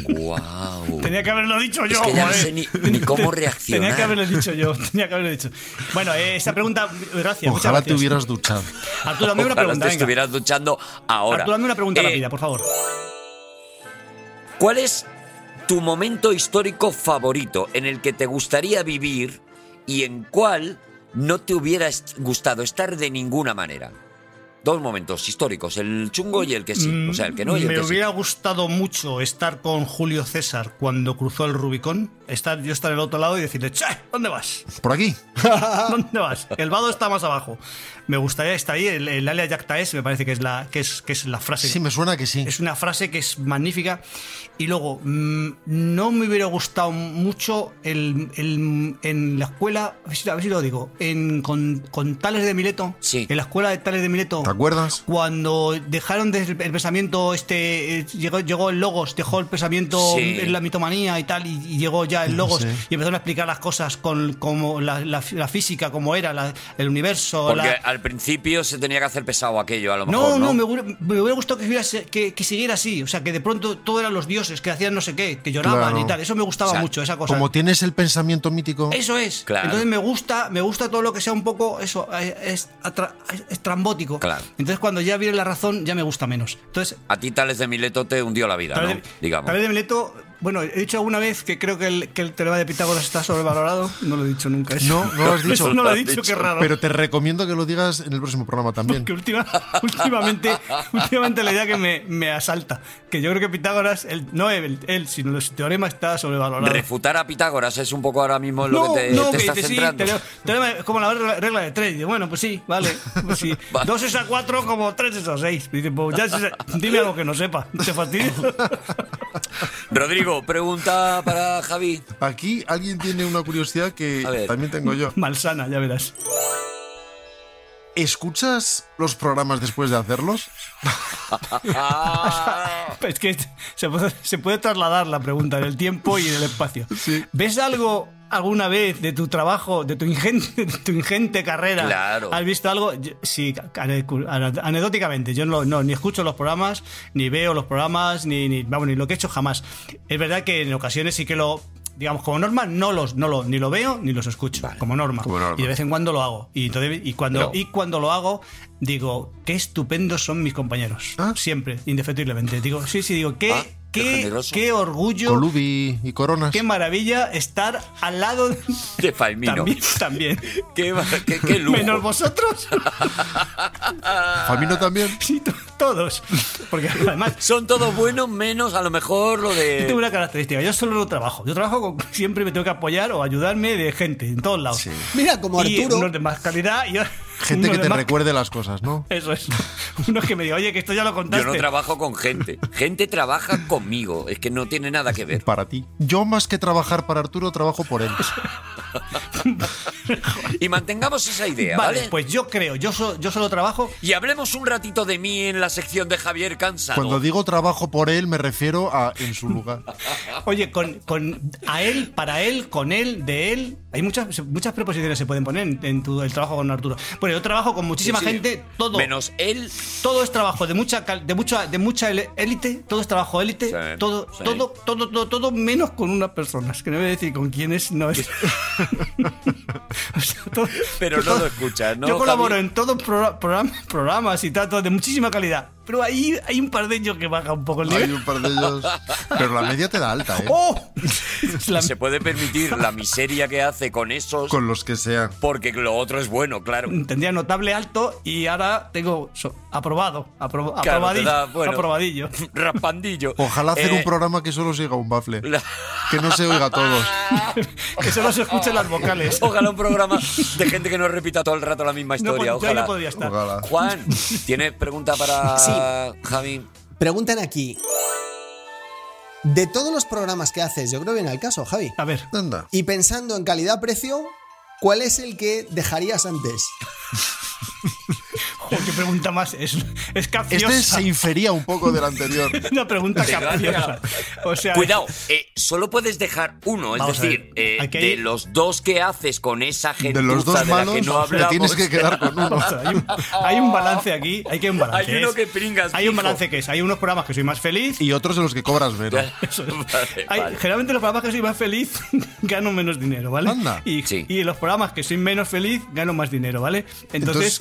Guau.
Tenía que haberlo dicho yo.
Es que ya no
joder.
sé ni- ni
[laughs]
cómo reaccionar.
Tenía que haberlo dicho yo. Tenía que haberlo dicho. Bueno, eh, esta pregunta, gracias. muchas
Ojalá
gracias.
te hubieras duchado.
Arturo, dame una
Ojalá
pregunta.
te
venga.
estuvieras duchando ahora.
Arturo, dame una pregunta
Eh,
rápida, por favor.
¿Cuál es tu momento histórico favorito en el que te gustaría vivir y en cuál no te hubiera est- gustado estar de ninguna manera? Dos momentos históricos, el chungo y el que sí. O sea, el que no y el
Mm, Me
que sí.
hubiera gustado mucho estar con Julio César cuando cruzó el Rubicón. Estar, yo estar del otro lado y decirle, che, ¿dónde vas?
Por aquí.
[laughs] ¿Dónde vas? El vado está más abajo. Me gustaría estar ahí. El, el Alia Yactaes me parece que es la, que es, que es la frase.
Sí, me suena que sí.
Es una frase que es magnífica. Y luego, mm, no me hubiera gustado mucho el, el- en la escuela, a ver si- a ver si lo digo, en, con, con Tales de Mileto,
Sí.
en la escuela de Tales de Mileto,
¿Te acuerdas?
cuando dejaron de- el pensamiento, este eh, llegó, llegó el Logos, dejó el pensamiento
Sí.
en la mitomanía y tal, y, y llegó ya el Logos
Sí.
y empezaron a explicar las cosas con como la, la- la física, cómo era la- el universo.
Porque
la-
al principio se tenía que hacer pesado aquello, a lo mejor.
no,
No,
no, me hubiera, me hubiera gustado que, hubiera se- que- que siguiera así. O sea, que de pronto todo eran los dioses que hacían no sé qué, que lloraban
Claro.
y tal. Eso me gustaba mucho, esa cosa.
Como tienes el pensamiento mítico.
eso es.
Claro.
Entonces me gusta, me gusta todo lo que sea un poco eso, eh, es, atra- es- estrambótico.
Claro.
Entonces cuando ya viene la razón, ya me gusta menos. Entonces,
A ti Tales de Mileto te hundió la vida,
tal
¿no?
vez-
Digamos.
tal vez de Mileto, bueno, he dicho alguna vez que creo que el, que el teorema de Pitágoras está sobrevalorado. No lo he dicho nunca. Eso.
No,
[laughs]
no lo has dicho.
Eso no lo he dicho, qué raro.
Pero te recomiendo que lo digas en el próximo programa también.
que última- [laughs] últimamente, últimamente la idea que me, me asalta, que yo creo que Pitágoras, el, no él, él, sino los teorema está sobrevalorado.
Refutar a Pitágoras es un poco ahora mismo en lo
no,
que te,
no,
te
que
estás
dice, sí,
centrando.
teorema- teorema es como la regla- regla de tres. Dice, bueno, pues sí, vale. Pues sí.
[laughs] Vale.
Dos es a cuatro como tres es a seis. Dice, pues ya se- dime algo que no sepa.
[laughs]
¿Te fastidio?
Rodrigo, pregunta para
[laughs]
Javi.
Aquí alguien tiene una curiosidad
A
que
ver.
también tengo yo.
Malsana, ya verás.
¿Escuchas los programas después de hacerlos?
Ah,
Es que este, se puede, se puede trasladar la pregunta en el tiempo y en el espacio. ¿Ves algo alguna vez de tu trabajo, de tu ingente, de tu ingente carrera?
Claro.
¿Has visto algo? Yo- Sí, ane- anecdóticamente. Yo no, no, ni escucho los programas, ni veo los programas, ni, ni, vamos, ni lo que he hecho jamás. Es verdad que en ocasiones sí que lo digamos, como norma, no los, no lo, ni lo veo ni los escucho, como, norma.
como norma.
Y de vez en cuando lo hago. Y, entonces- y, cuando,
Pero-
y cuando lo hago, digo, qué estupendos son mis compañeros.
Ah.
Siempre, indefectiblemente. Digo, sí, sí, digo, qué,
Ah, qué
qué,
generoso.
qué orgullo,
Colubi y Coronas.
qué maravilla estar al lado de-
De Palmino.
También, también.
Qué, va- qué- qué lujo. [laughs]
Menos vosotros.
Famino también.
Sí, to- [laughs] todos.
[laughs]
Porque además
Son todos buenos menos a lo mejor lo
Yo tengo
de...
una característica, yo solo no trabajo. Yo trabajo con, siempre me tengo que apoyar o ayudarme de gente en todos lados.
Mira, como
y
Arturo.
unos de más calidad y
[laughs]
Gente
unos
que
de
te
más-
recuerde las cosas, ¿no?
Eso es. [laughs] Unos que me digan, oye, que esto ya lo
Yo
contaste.
no trabajo con gente. Gente trabaja conmigo. Es que no tiene nada que
Eh,
ver.
Para ti. Yo más que trabajar para Arturo, trabajo por él.
Y mantengamos esa idea,
vale,
¿vale?
pues yo creo, yo, so- yo solo trabajo.
Y hablemos un ratito de mí en la sección de Javier Cansado.
Cuando digo trabajo por él, me refiero a en su lugar.
Oye, con, con a él, para él, con él, de él. Hay muchas, muchas preposiciones se pueden poner en, en tu, el trabajo con Arturo. Bueno, yo trabajo con
Sí,
muchísima
sí.
gente, todo.
Menos él.
todo es trabajo de mucha cal- de mucha de mucha ele- élite todo es trabajo élite
Sí,
todo,
sí.
todo todo todo todo menos con unas personas que no voy a decir con quiénes
[laughs]
no es [laughs] O sea, todo-
Pero no lo escuchas, ¿no,
yo colaboro
Javi?
en todos pro- programa- programas y tratos de muchísima calidad pero ahí hay un par de ellos que baja un poco el
Hay
nivel
un par de ellos. Pero la media te da alta, ¿eh?
[laughs]
¡Oh! Es la-
Se puede permitir
[laughs]
la miseria que hace con esos.
Con los que sean.
Porque lo otro es bueno, claro.
tendría notable alto y ahora tengo so- aprobado apro-
Claro, te
aprobadillo,
da- bueno. [laughs]
aprobadillo
[laughs] Raspandillo.
Ojalá hacer
Eh,
un programa que solo siga un bafle.
la-
Que no se oiga a todos.
que solo se escuchen las vocales
[laughs] Ojalá un programa de gente que no repita todo el rato la misma
no,
historia.
pod- yo ahí
ojalá.
no podría estar
Ojalá.
[laughs]
Juan, ¿tienes pregunta para Javi?
Preguntan aquí. De todos los programas que haces, yo creo que viene al caso, Javi.
a ver
Anda.
Y pensando en calidad-precio, ¿cuál es el que dejarías antes?
Jo, qué pregunta más. Es, es capciosa.
Este se infería un poco del anterior.
[laughs] una pregunta
Te lo has
capciosa. O sea,
Cuidado, eh, solo puedes dejar uno, es
Vamos a
decir,
ver,
eh,
aquí
de
hay-
los dos que haces con esa gente
De los dos
la
malos,
que no
te
hablamos.
tienes que
[laughs]
quedar con uno.
vamos a ver, hay, un, hay un balance aquí. Hay que un balance.
Hay uno
es-
que pringas,
Hay un
fijo.
balance que es. Hay unos programas que soy más feliz.
Y otros de los que cobras menos.
Eso es.
Vale,
Hay-
vale.
Generalmente los programas que soy más feliz [laughs] gano menos dinero, ¿vale?
Anda.
Y,
Sí.
y los programas que soy menos feliz gano más dinero, ¿vale? Entonces,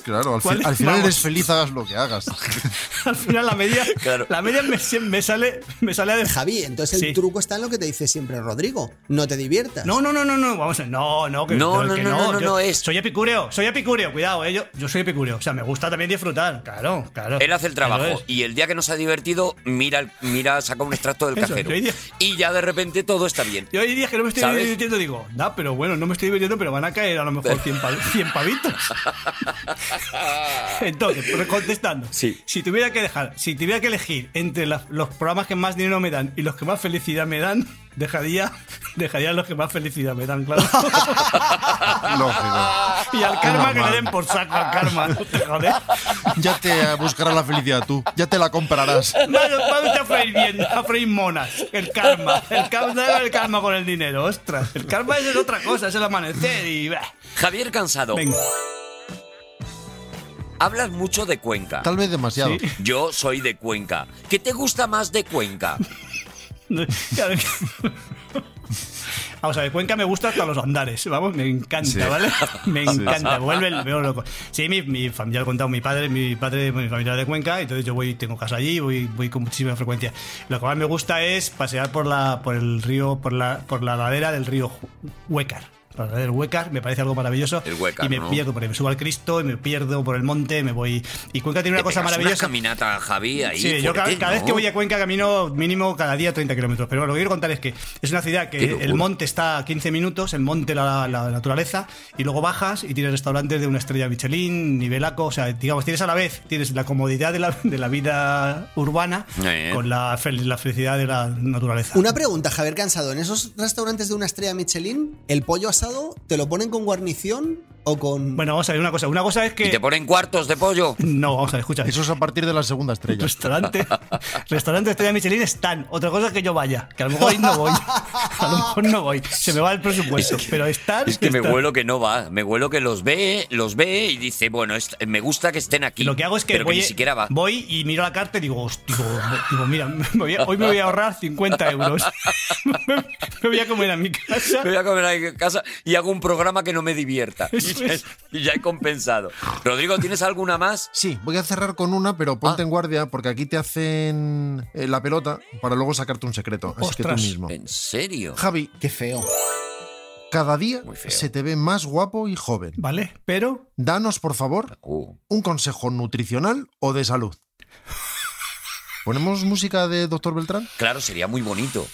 Entonces, claro, al, fi-
¿cuál es-
al final
vamos,
eres feliz, hagas lo que hagas.
[laughs] Al final la media,
Claro.
la media me, se- me sale, me sale a dejar.
Javi, entonces el
Sí.
truco está en lo que te dice siempre Rodrigo. No te diviertas.
No, no, no, no, no, vamos a No, no, que
No,
pero
no,
que
no, no, no,
yo
no es.
Soy epicúreo, soy epicúreo, cuidado, eh, yo, yo soy epicúreo. O sea, me gusta también disfrutar, claro, claro.
Él hace el trabajo
Eso es.
y el día que no se ha divertido, mira, el- mira saca un extracto del
Eso,
cajero.
yo diría-
Y ya de repente todo está bien.
Yo hay días que no me estoy
¿Sabes?
divirtiendo, digo, da, pero bueno, no me estoy divirtiendo, pero van a caer a lo mejor 100, pa-
[laughs]
100 pavitos. Entonces, pues, contestando,
Sí.
si tuviera que dejar, si tuviera que elegir entre las- los programas que más dinero me dan y los que más felicidad me dan, dejaría, [laughs] dejaría los que más felicidad me dan, claro. [laughs]
Lógico.
y al
Menos
karma que le
mal.
den por saco al karma, no te joder.
Ya te buscarás la felicidad tú. Ya te la comprarás.
Vamos vamos a freír bien, a freír monas. El karma. El karma, el karma con el dinero, ostras. El karma es otra cosa, es el amanecer y. bah.
Javier Cansado,
Venga.
hablas mucho de Cuenca.
Tal vez demasiado.
Yo soy de Cuenca. ¿Qué te gusta más de Cuenca?
Claro que- [laughs] Vamos a ver, Cuenca me gusta hasta los andares, vamos, me encanta, ¿vale? Me encanta, vuelve el veo loco. Sí, mi, mi familia, lo he contado, mi padre, mi padre, mi familia es de Cuenca, entonces yo voy, tengo casa allí, voy, voy con muchísima frecuencia. Lo que más me gusta es pasear por la, por el río, por la, por la ladera del río Ju- Huécar. La ladera del Huécar me parece algo maravilloso.
El Huécar,
Y me
¿no?
pierdo por ahí, me subo al Cristo y me pierdo por el monte, me voy. Y Cuenca tiene una
Te
cosa
pegas
maravillosa.
caminata, Javi, ahí.
Sí, yo cada,
fuerte,
cada vez que
¿no?
voy a Cuenca camino mínimo cada día 30 kilómetros. Pero lo que quiero contar es que es una ciudad
Qué
que
locura.
el monte está a 15 minutos, el monte la, la naturaleza, y luego bajas y tienes restaurantes de una estrella Michelin, nivelaco, o sea, digamos, tienes a la vez, tienes la comodidad de la, de la vida urbana
Eh.
con la, fel- la felicidad de la naturaleza.
Una pregunta, Javier Cansado. ¿En esos restaurantes de una estrella Michelin, el pollo asado te lo ponen con guarnición o con.
Bueno, vamos a ver una cosa. Una cosa es
¿Y te
que.
ponen cuartos de
[laughs]
pollo?
No, vamos a ver, escucha.
Eso es a partir de la segunda estrella.
[laughs]
Pues Restaurante, restaurante Estrella Michelin están. Otra cosa es que yo vaya, que a lo mejor ahí no voy. [laughs] A lo mejor no voy. Se me va el presupuesto. pero están.
Es que me
están.
huelo que no va, me huelo que los ve, los ve y dice, bueno, es- me gusta que estén aquí.
Lo que hago es que,
pero
voy,
que ni siquiera va.
voy y miro la carta y digo, hostia, digo, digo, mira, me voy a- hoy me voy a ahorrar 50 euros. [laughs] me voy a comer a mi casa.
Me voy a comer ahí en casa y hago un programa que no me divierta. [laughs] Y
Eso
ya,
es.
y ya he compensado. Rodrigo, ¿tienes alguna más?
Sí, voy a cerrar con una, pero ponte en guardia porque aquí te hacen eh, la pelota para luego sacarte un secreto. Así que
Ostras.
tú mismo.
¿En serio?
Javi,
Qué feo.
cada día
Muy feo.
se te ve más guapo y joven.
Vale, pero
Danos, por favor,
Uh,
un consejo nutricional o de salud. ¿Ponemos música de Doctor Beltrán?
claro, sería muy bonito.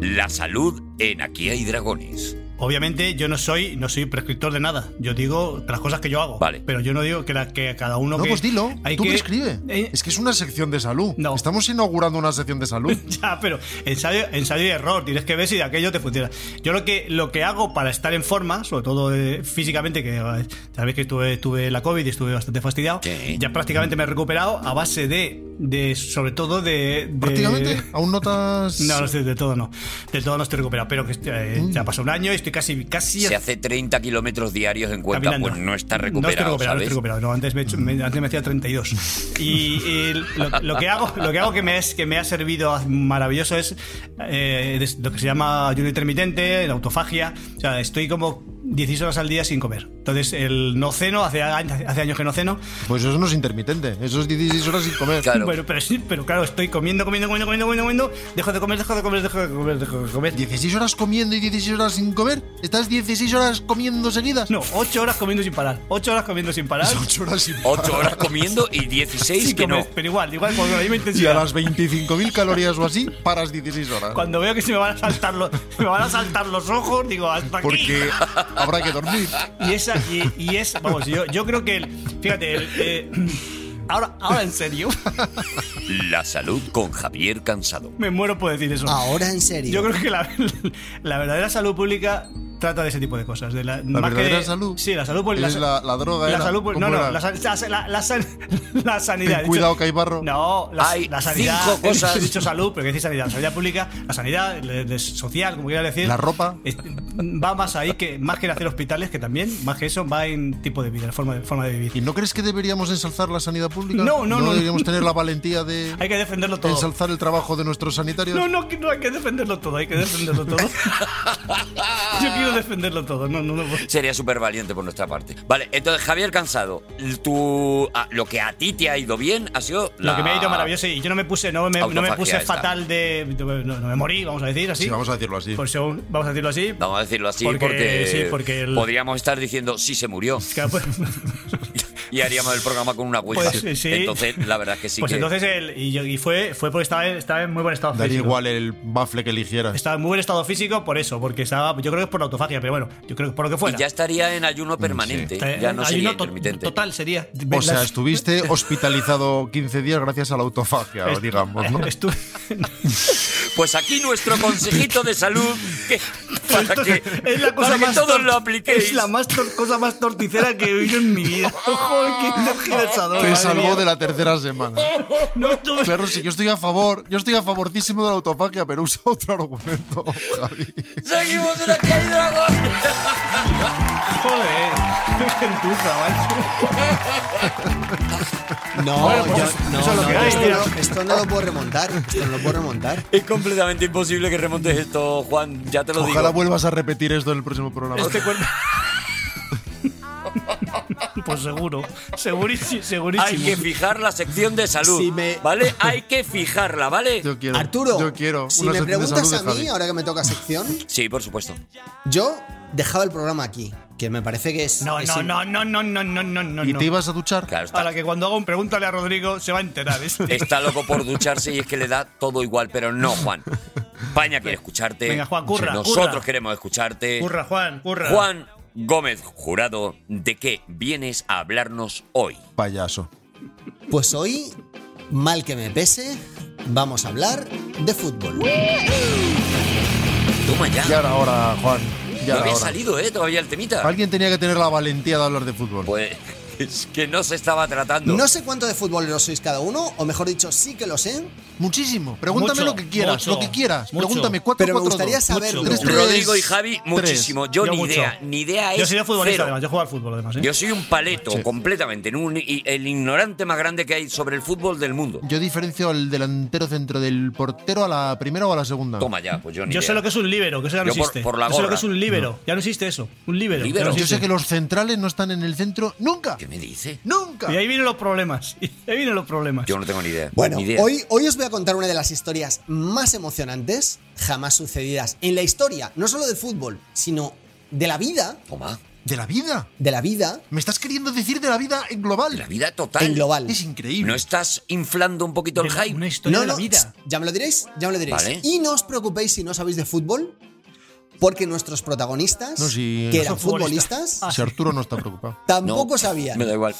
La salud en Aquí hay dragones.
obviamente yo no soy, no soy prescriptor de nada. Yo digo las cosas que yo hago.
Vale.
Pero yo no digo que, la, que cada uno.
No,
que
pues dilo.
hay
Tú
que-
prescribe.
Eh,
Es que es una sección de salud.
No.
Estamos inaugurando una sección de
[laughs]
salud.
Ya, pero ensayo, ensayo y error, tienes que ver si de aquello te funciona. Yo lo que, lo que hago para estar en forma, sobre todo eh, físicamente, que eh, sabéis que tuve, tuve la COVID y estuve bastante fastidiado,
Sí.
ya prácticamente me he recuperado a base de, de sobre todo de... de-
Prácticamente, aún notas.
[laughs] No, no estoy- de todo no. De todo no estoy recuperado, pero que eh, ya pasó un año y estoy casi... casi
Se hace 30 kilómetros diarios en cuenta,
caminando.
pues no está
No estoy
recuperado,
recuperado, no
¿sabes? Mm.
estoy recuperado. No, antes, me he hecho- me- antes me hacía 32. Y, y lo, lo que hago, lo que, hago que, me es, que me ha servido a- maravilloso es eh, des- lo que se llama ayuno intermitente, la autofagia. O sea, estoy como 16 horas al día sin comer. Entonces, el no ceno, hace, a- hace años que no ceno.
Pues eso no es intermitente. Eso es 16 horas sin comer.
Claro.
Bueno, pero, sí, pero claro, estoy comiendo, comiendo, comiendo, comiendo, comiendo, comiendo. Dejo de comer, dejo de comer, dejo de comer, dejo de comer.
16 horas comiendo y 16 horas sin comer. ¿Estás 16 horas comiendo seguidas?
No, 8 horas comiendo sin parar. 8 horas comiendo sin parar.
8 horas sin comer.
8 horas comiendo y
[laughs]
16
sin
que no.
comer, Pero igual, igual con la misma
Y
intensidad.
a las 25.000 calorías o así, paras 16 horas.
Cuando veo que se me van a saltar los, [laughs] me van a saltar los ojos, digo, hasta aquí. [laughs]
Porque habrá que dormir.
Y esa, y, y es, vamos, yo, yo creo que, el- fíjate, el, eh, [clears throat] ahora, ahora en serio, [laughs]
La salud con Javier Cansado.
me muero por decir eso.
Ahora en serio.
Yo creo que la, [laughs] la verdadera salud pública trata de ese tipo de cosas. De la,
La
más que
verdadera
de-
salud.
Sí, la salud pública.
Es la, la droga.
la
era.
salud pública.
¿Cómo
No, no,
era?
la, san- la- la- la san- [laughs] la sanidad.
Ten
He dicho-
cuidado, Caibarro.
No, la,
Hay
la sanidad. [laughs]
cinco
he dicho-
cosas.
He dicho salud, pero que decir sanidad. La sanidad pública, la sanidad le- le- social, como quieras decir.
La ropa.
es- Va más ahí que más que en hacer hospitales, que también, más que eso, va en tipo de vida, en forma de, forma de vivir.
¿Y no crees que deberíamos ensalzar la sanidad pública?
No, no, no.
deberíamos tener la valentía de
[laughs] Hay que defenderlo todo.
ensalzar el trabajo de nuestros sanitarios.
No, no, que no hay que defenderlo todo, hay que
[laughs]
defenderlo todo. Yo quiero defenderlo todo, no, no, no.
Sería súper valiente por nuestra parte. Vale, entonces, Javier Cansado, tu, ah, lo que a ti te ha ido bien ha sido.
Lo
la-
que me ha ido maravilloso y yo no me puse, no me, no me
Autofagia
puse
esta.
fatal de. No, no me morí, vamos a decir así.
Sí, vamos a decirlo así.
Por si aún- vamos a decirlo así.
Vamos a decirlo así porque,
Porque- sí, porque el-
podríamos estar diciendo sí se murió [laughs]
Claro, pues-
y haríamos el programa con una huella.
Pues sí, sí.
Entonces, la verdad es que sí
pues
que.
entonces él. Y, yo- y fue, fue porque estaba, en- estaba en muy buen estado
Daría
físico.
igual el bafle que eligieras.
Estaba en muy buen estado físico por eso, porque estaba. Yo creo que es por la autofagia, pero bueno, yo creo que por lo que fuera.
y ya estaría en ayuno permanente.
Eh,
Ya no
ayuno
sería
to-
intermitente.
Total sería.
O sea,
[laughs]
estuviste hospitalizado 15 días gracias a la autofagia,
Est- [laughs]
digamos, ¿no?
Estuve-
[laughs] Pues aquí nuestro consejito de salud que- para que,
[laughs] es la cosa
para que
más
todos
tor-
lo apliquéis.
Es la más tor- cosa más torticera que he oído en mi
[laughs]
vida. [laughs] Joder, qué tergiversador,
Te
madre
salvó
mía.
de la tercera semana.
[laughs] No, no,
Claro, sí, yo estoy a favor. Yo estoy a favorcísimo de la autofagia, pero usa [laughs] otro argumento, Javi.
Seguimos en Aquí hay dragones. [laughs]
Joder, qué gentuza, macho.
No, yo- no,
pues, eso es lo
no,
que
yo
hay,
esto,
mira.
no, esto no lo puedo remontar. Esto no lo puedo remontar.
Es completamente imposible que remontes esto, Juan. Ya te lo
Ojalá
digo. Este
vuelvas a repetir esto en el próximo programa.
Este cuerpo. pues seguro, segurísimo, segurísimo.
Hay que fijar la sección de salud.
Si me-
¿Vale? Hay que fijarla, ¿vale?
Yo quiero.
Arturo,
yo quiero
si
una
me
sección de
preguntas
salud de
a mí,
Javi.
ahora que me toca sección,
Sí, por supuesto.
yo dejaba el programa aquí. Que me parece que es.
No,
es
no,
im-
no, no, no, no, no, no, no.
¿Y te ibas a duchar?
Claro, está,
Ahora que cuando hago un pregúntale a Rodrigo se va a
[laughs]
enterar. este.
está loco por ducharse y es que le da todo igual, pero no, Juan. España quiere escucharte.
Venga, Juan, curra,
Nosotros
curra.
queremos escucharte.
Curra, Juan, curra.
Juan Gómez Jurado, ¿de qué vienes a hablarnos hoy?
Payaso.
Pues hoy, mal que me pese, Vamos a hablar de fútbol.
Toma ya.
Ya era hora, Juan.
no
Ya era
había
hora.
salido, ¿eh? Todavía el temita.
Alguien tenía que tener la valentía de hablar de fútbol.
Pues [laughs] es que no se estaba tratando.
No sé cuánto de futboleros sois cada uno, o mejor dicho, sí que lo sé,
Muchísimo. Pregúntame
Mucho,
lo que quieras,
mucho,
lo que quieras.
mucho.
Pregúntame cuatro,
pero me
cuatro,
gustaría
dos.
saberlo.
Tres, tres.
Rodrigo y Javi,
tres.
muchísimo. Yo,
Yo
ni
mucho.
idea. Ni idea es.
Yo soy futbolista,
cero.
además. Yo juego al fútbol, además. ¿eh?
Yo soy un paleto completamente, en un- y- el ignorante más grande que hay sobre el fútbol del mundo.
Yo diferencio el delantero centro del portero a la primera o a la segunda.
Toma ya, pues yo ni
Yo sé
idea.
lo que es un líbero, que eso ya no
Yo por-
existe.
por la
Yo sé lo
gorra.
que es un líbero. Ya no existe eso. Un líbero.
Líbero.
Ya no
Yo
existe.
sé que los centrales no están en el centro nunca.
¿Qué me dice?
Nunca.
Y ahí vienen los problemas. [laughs] Y ahí vienen los problemas.
Yo no tengo ni idea.
Bueno,
ni idea.
hoy, hoy os voy a contar una de las historias más emocionantes jamás sucedidas en la historia, no solo del fútbol, sino de la vida,
Toma,
De la vida.
de la vida
Me estás queriendo decir de la vida en global.
la vida total.
en global.
Es increíble.
¿No estás inflando un poquito el
De la- Una
hype?
historia
No,
de la
no,
vida.
ya me lo diréis, ya me lo diréis.
Vale.
Y no os preocupéis si no sabéis de fútbol, porque nuestros protagonistas,
No, sí,
que
no
eran
son futbolistas.
futbolistas,
Si Arturo no está preocupado.
tampoco
No,
sabían.
Me da igual.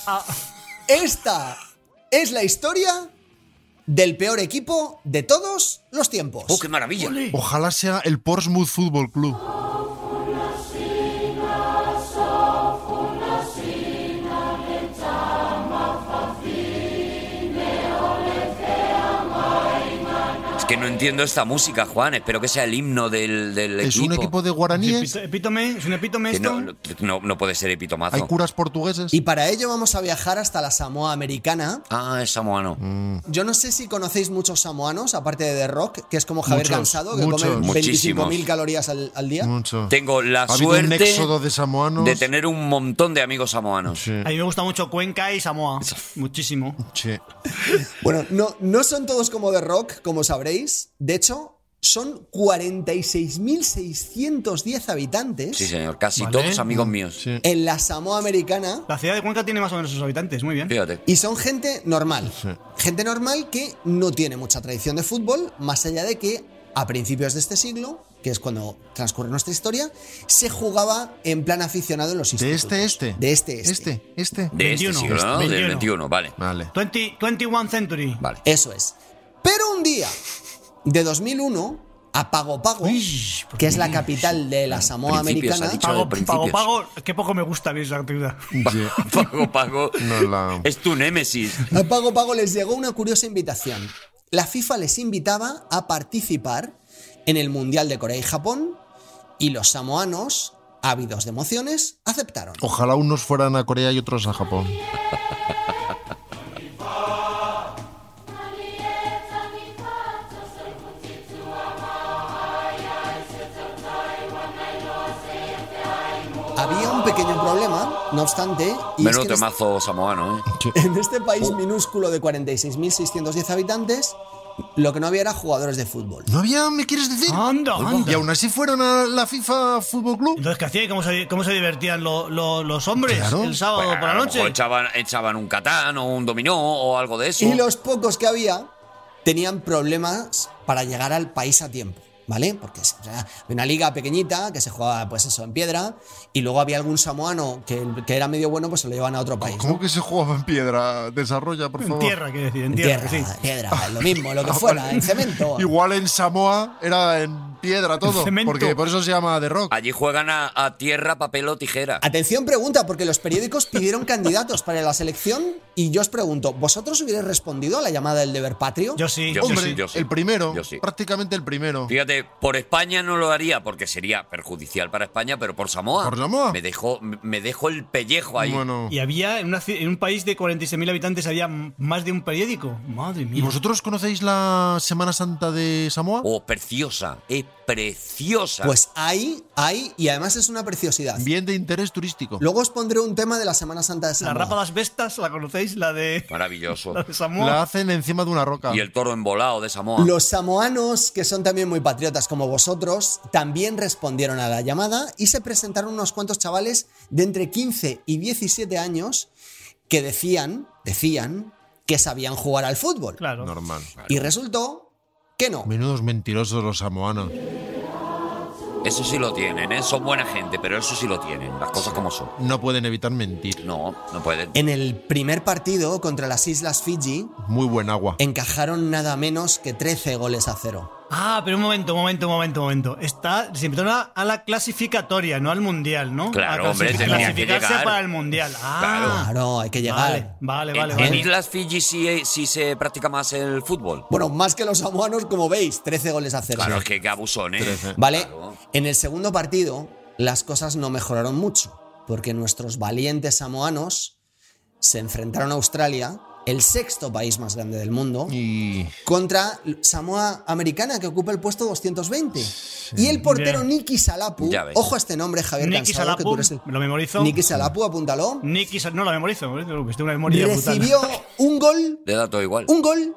Esta es la historia del peor equipo de todos los tiempos.
¡Oh, qué maravilla!
Ojalá sea el Portsmouth Football Club.
Es que no entiendo esta música, Juan. Espero que sea el himno del, del
Es
equipo.
un equipo de guaraníes.
Es epi- epítome, es un epítome
Que
esto.
no, no, no puede ser epitomazo.
Hay curas portugueses.
Y para ello vamos a viajar hasta la Samoa Americana.
Ah, es samoano.
Mm.
Yo no sé si conocéis muchos samoanos, aparte de The Rock, que es como Javier
Muchos,
Cansado, que
muchos.
come
Muchísimos.
25.000 calorías al, al día.
Mucho.
Tengo la
ha habido un
suerte
éxodo de samoanos.
de tener un montón de amigos samoanos.
Sí,
A mí me gusta mucho Cuenca y Samoa. Muchísimo.
sí.
Bueno, no, no son todos como The Rock, como sabréis. De hecho, son 46.610 habitantes
Sí, señor. Casi
Vale.
todos amigos míos.
Mm. sí.
en la Samoa Americana
La ciudad de Cuenca tiene más o menos sus habitantes. Muy bien.
Fíjate.
y son gente normal.
Sí.
Gente normal que no tiene mucha tradición de fútbol, más allá de que a principios de este siglo, que es cuando transcurre nuestra historia, se jugaba en plan aficionado en los
¿De
institutos.
este, este?
De este, este.
Este, este.
De este
21,
siglo, ¿no? Del
21.
21, vale.
Vale.
20 21 Century.
Vale.
Eso es. Pero un día, de 2001, a Pago Pago, que es la capital de la Samoa
Principios,
americana,
ha dicho.
Pago,
Principios.
pago, pago. Qué poco me gusta a mí esa actividad.
Sí.
[laughs] Pago, pago.
No la-
Es tu némesis.
a Pago Pago les llegó una curiosa invitación. La FIFA les invitaba a participar en el Mundial de Corea y Japón y los samoanos, ávidos de emociones, aceptaron.
Oh.
Ojalá unos fueran a Corea y otros a Japón.
Había un pequeño problema, no obstante, y es
Menudo
que en este-
temazo samoano, ¿eh?
En este país minúsculo de 46.610 habitantes, lo que no había era jugadores de fútbol.
¿No había, me quieres decir?
Anda, anda.
Y aún así fueron a la FIFA Fútbol Club.
Entonces, ¿qué hacía? ¿Cómo se, cómo se divertían lo- lo- los hombres
Claro.
el sábado
Bueno,
por la
a lo
noche?
mejor Echaban, echaban un catán o un dominó o algo de eso.
Y los pocos que había tenían problemas para llegar al país a tiempo, ¿vale? Porque o sea, había una liga pequeñita que se jugaba, pues eso, en piedra, y luego había algún samoano que, que era medio bueno, pues se lo llevan a otro país. ¿no?
¿Cómo que se jugaba en piedra? Desarrolla, por
En
favor.
tierra, quiero decir, en
En
tierra,
tierra,
sí.
piedra, lo mismo, lo
[laughs]
que
Ah,
fuera,
vale.
en cemento.
[laughs] Igual en Samoa era en piedra todo.
cemento.
Porque por eso se llama The Rock.
Allí juegan a, a tierra, papel o tijera.
Atención pregunta, porque los periódicos pidieron candidatos para la selección y yo os pregunto, ¿vosotros hubierais respondido a la llamada del deber patrio?
Yo sí.
Yo-
Hombre,
sí, yo sí.
el primero.
Yo sí.
Prácticamente el primero.
Fíjate, por España no lo haría porque sería perjudicial para España, pero por Samoa.
¿Por Samoa?
Me dejó, me dejó el pellejo ahí.
Bueno.
Y había, en, una ci- en un país de 46.000 habitantes, había m- más de un periódico. Madre
¿Y
mía.
vosotros conocéis la Semana Santa de Samoa?
Oh, preciosa. Es preciosa.
Pues hay, hay, y además es una preciosidad.
Bien de interés turístico.
Luego os pondré un tema de la Semana Santa de
La
Samoa.
rapa de las bestas, ¿la conocéis? La de,
Maravilloso.
la de [laughs] Samoa.
La hacen encima de una roca.
Y el toro embolado de Samoa.
Los samoanos, que son también muy patriotas como vosotros, también respondieron a la llamada y se presentaron unos cuantos chavales de entre 15 y 17 años que decían, decían que sabían jugar al fútbol.
Claro.
Normal.
Y resultó que no.
Menudos mentirosos los samoanos.
Eso sí lo tienen, ¿eh? Son buena gente, pero eso sí lo tienen. Las cosas como son.
No pueden evitar mentir.
No, no pueden.
En el primer partido contra las Islas Fiji,
Muy buen agua.
encajaron nada menos que 13 goles a cero.
Ah, pero un momento, un momento, un momento, un momento. Está, se invitó a, a la clasificatoria, no al mundial, ¿no?
Claro,
a clasi-
hombre, tenía que
clasificarse
llegar.
para el mundial. Ah,
Claro, hay que llegar.
Vale, vale, vale.
en, en
vale.
Islas Fiji sí, eh, sí se practica más el fútbol.
Bueno, más que los samoanos, como veis, 13 goles a cero.
Claro, es que qué abusón, ¿eh?
Vale,
[laughs] Claro.
en el segundo partido las cosas no mejoraron mucho, porque nuestros valientes samoanos se enfrentaron a Australia, el sexto país más grande del mundo,
Y.
contra Samoa Americana, que ocupa el puesto 220. Y el portero
Ya.
Nicky Salapu,
Ya ves.
ojo a este nombre, Javier
Nicky
Cansado,
Salapu,
que tú eres el-
lo memorizo.
Nicky Salapu, apúntalo,
Nicky Sa- no la memorizo, eh, que tengo una memoria brutal.
recibió un gol,
Le da todo igual.
un gol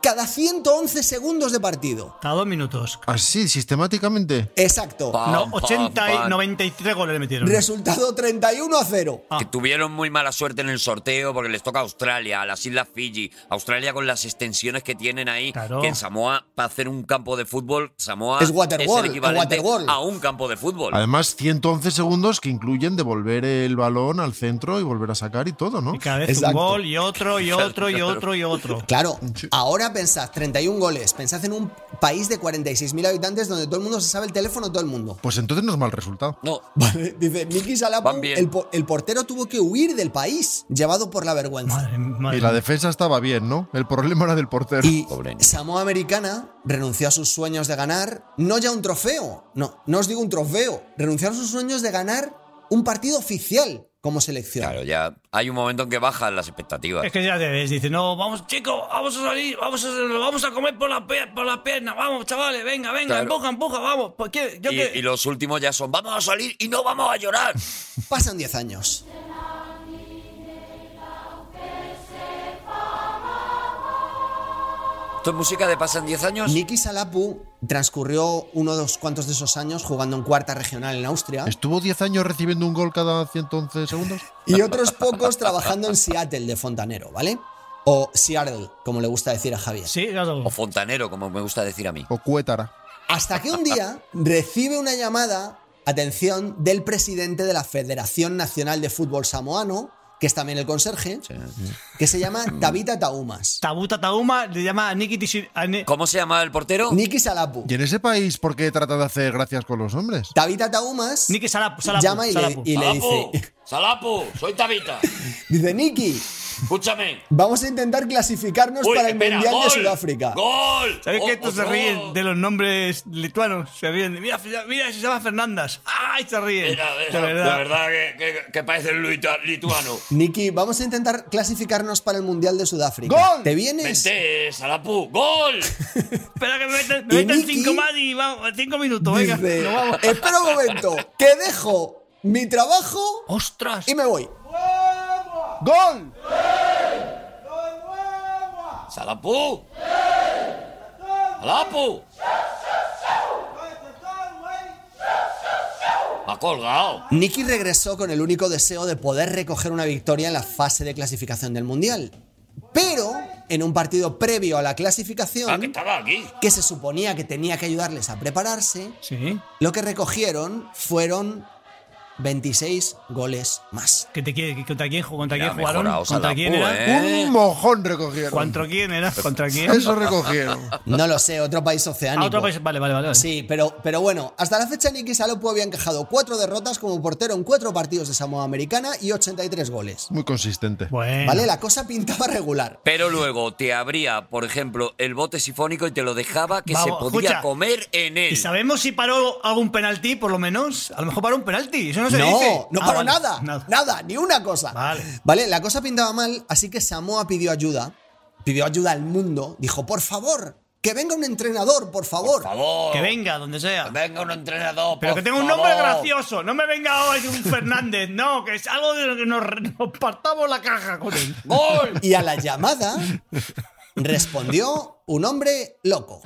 cada 111 segundos de partido.
Hasta dos minutos.
Así, sistemáticamente.
Exacto.
Pam,
No,
pam,
80 y
pam.
93 goles le metieron.
Resultado 31 a 0.
Que
Ah.
tuvieron muy mala suerte en el sorteo porque les toca a Australia, a las Islas Fiji, Australia con las extensiones que tienen ahí,
Claro.
que en Samoa, para hacer un campo de fútbol, Samoa
Es
es,
Waterworld,
el equivalente
Waterworld.
a un campo de fútbol.
Además, 111 segundos que incluyen devolver el balón al centro y volver a sacar y todo, ¿no?
Y cada vez
Exacto.
un gol y otro y otro y otro y otro.
Claro, ahora pensad, 31 goles, pensad en un país de 46.000 habitantes donde todo el mundo se sabe el teléfono de todo el mundo.
Pues entonces no es mal resultado.
No,
[laughs] Vale, dice Miki Salapu,
Van bien.
el, po- el portero tuvo que huir del país, llevado por la vergüenza.
Madre, madre.
Y la defensa estaba bien, ¿no? El problema era del portero.
Y
Pobre niño.
Samoa Americana renunció a sus sueños de ganar, no ya un trofeo, no, no os digo un trofeo, renunció a sus sueños de ganar un partido oficial como selección.
claro, ya hay un momento en que bajan las expectativas.
Es que ya te ves, dice, no, vamos, chicos, vamos a salir, vamos a, vamos a comer por la, pe- por la pierna, vamos, chavales, venga, venga,
Claro.
empuja, empuja, vamos. ¿por qué? Yo
Y,
que-
y los últimos ya son, vamos a salir y no vamos a llorar.
Pasan 10 años.
¿Esto es música de pasan 10 años?
Niki Salapu transcurrió uno de los cuantos de esos años jugando en cuarta regional en Austria.
¿Estuvo 10 años recibiendo un gol cada 111 segundos?
y otros pocos trabajando en Seattle de fontanero, ¿vale? O Seattle, como le gusta decir a Javier.
Sí, claro.
O fontanero, como me gusta decir a mí.
¿O Cuétara?
Hasta que un día recibe una llamada, atención, del presidente de la Federación Nacional de Fútbol Samoano, que es también el conserje, que se llama Tabita Taumas.
Tabuta Tauma le llama a Nicky Tishi- a Ni-
¿Cómo se llama el portero?
Niki Salapu.
¿Y en ese país por qué trata de hacer gracias con los hombres?
Tabita Taumas
Nicky Salapu, Salapu,
llama y le,
Salapu.
y le
Salapu,
dice,
Salapu, soy Tabita.
dice, Niki,
Escúchame.
vamos a intentar clasificarnos
Uy,
para el
espera,
Mundial de
gol,
Sudáfrica.
¡Gol!
¿Sabes
Oh,
que estos se
otro.
ríen de los nombres lituanos? Se ríen. de, Mira, mira, se llama Fernandas. ¡Ay, se ríen!
Mira,
De
esa-
verdad.
La verdad que, que, que parece el litua- lituano.
Niki, vamos a intentar clasificarnos para el Mundial de Sudáfrica.
¡Gol!
¿Te vienes?
Vente, Salapu. ¡Gol!
Espera que me meten,
Y
me meten
Nicky-
cinco más y vamos, cinco minutos, venga.
Dice,
nos vamos.
espera un momento, que dejo mi trabajo
¡Ostras!
y me voy.
¡Gol!
¡Salapu! ¡Salapu! Me ha colgado.
Nicky regresó con el único deseo de poder recoger una victoria en la fase de clasificación del Mundial. Pero, en un partido previo a la
Ah, que
clasificación,
estaba aquí.
que se suponía que tenía que ayudarles a prepararse,
Sí.
lo que recogieron fueron 26 goles más.
¿Qué te quiere? ¿Contra quién, jugó? ¿Contra
Mira,
quién jugaron?
mejorado,
¿Contra
Salapu,
quién era?
¿eh?
Un mojón recogieron.
¿Contra quién era? ¿Contra quién?
Eso recogieron.
No lo sé, otro país
A
oceánico.
otro país. Ah, Vale, vale, vale. vale.
Sí, pero, pero bueno, hasta la fecha Nicky Salopo había encajado cuatro derrotas como portero en cuatro partidos de Samoa Americana y 83 goles.
Muy consistente.
Bueno.
¿Vale? La cosa pintaba regular.
Pero luego te abría, por ejemplo, el bote sifónico y te lo dejaba que
Vamos,
se podía
escucha.
comer en él.
¿Y sabemos si paró algún penalti, por lo menos? A lo mejor paró un penalti. Eso no se dice.
No, no
Ah,
paró
vale.
nada,
Nada.
nada, ni una cosa.
Vale.
la cosa pintaba mal, así que Samoa pidió ayuda, pidió ayuda al mundo, dijo, por favor, que venga un entrenador, por favor.
Por favor.
Que venga, donde sea.
que venga un entrenador.
Pero
por
que tenga un nombre
favor.
gracioso. No me venga hoy un Fernández. No, que es algo de lo que nos, nos partamos la caja con él.
¡Gol!
Y a la
[laughs]
llamada respondió un hombre loco.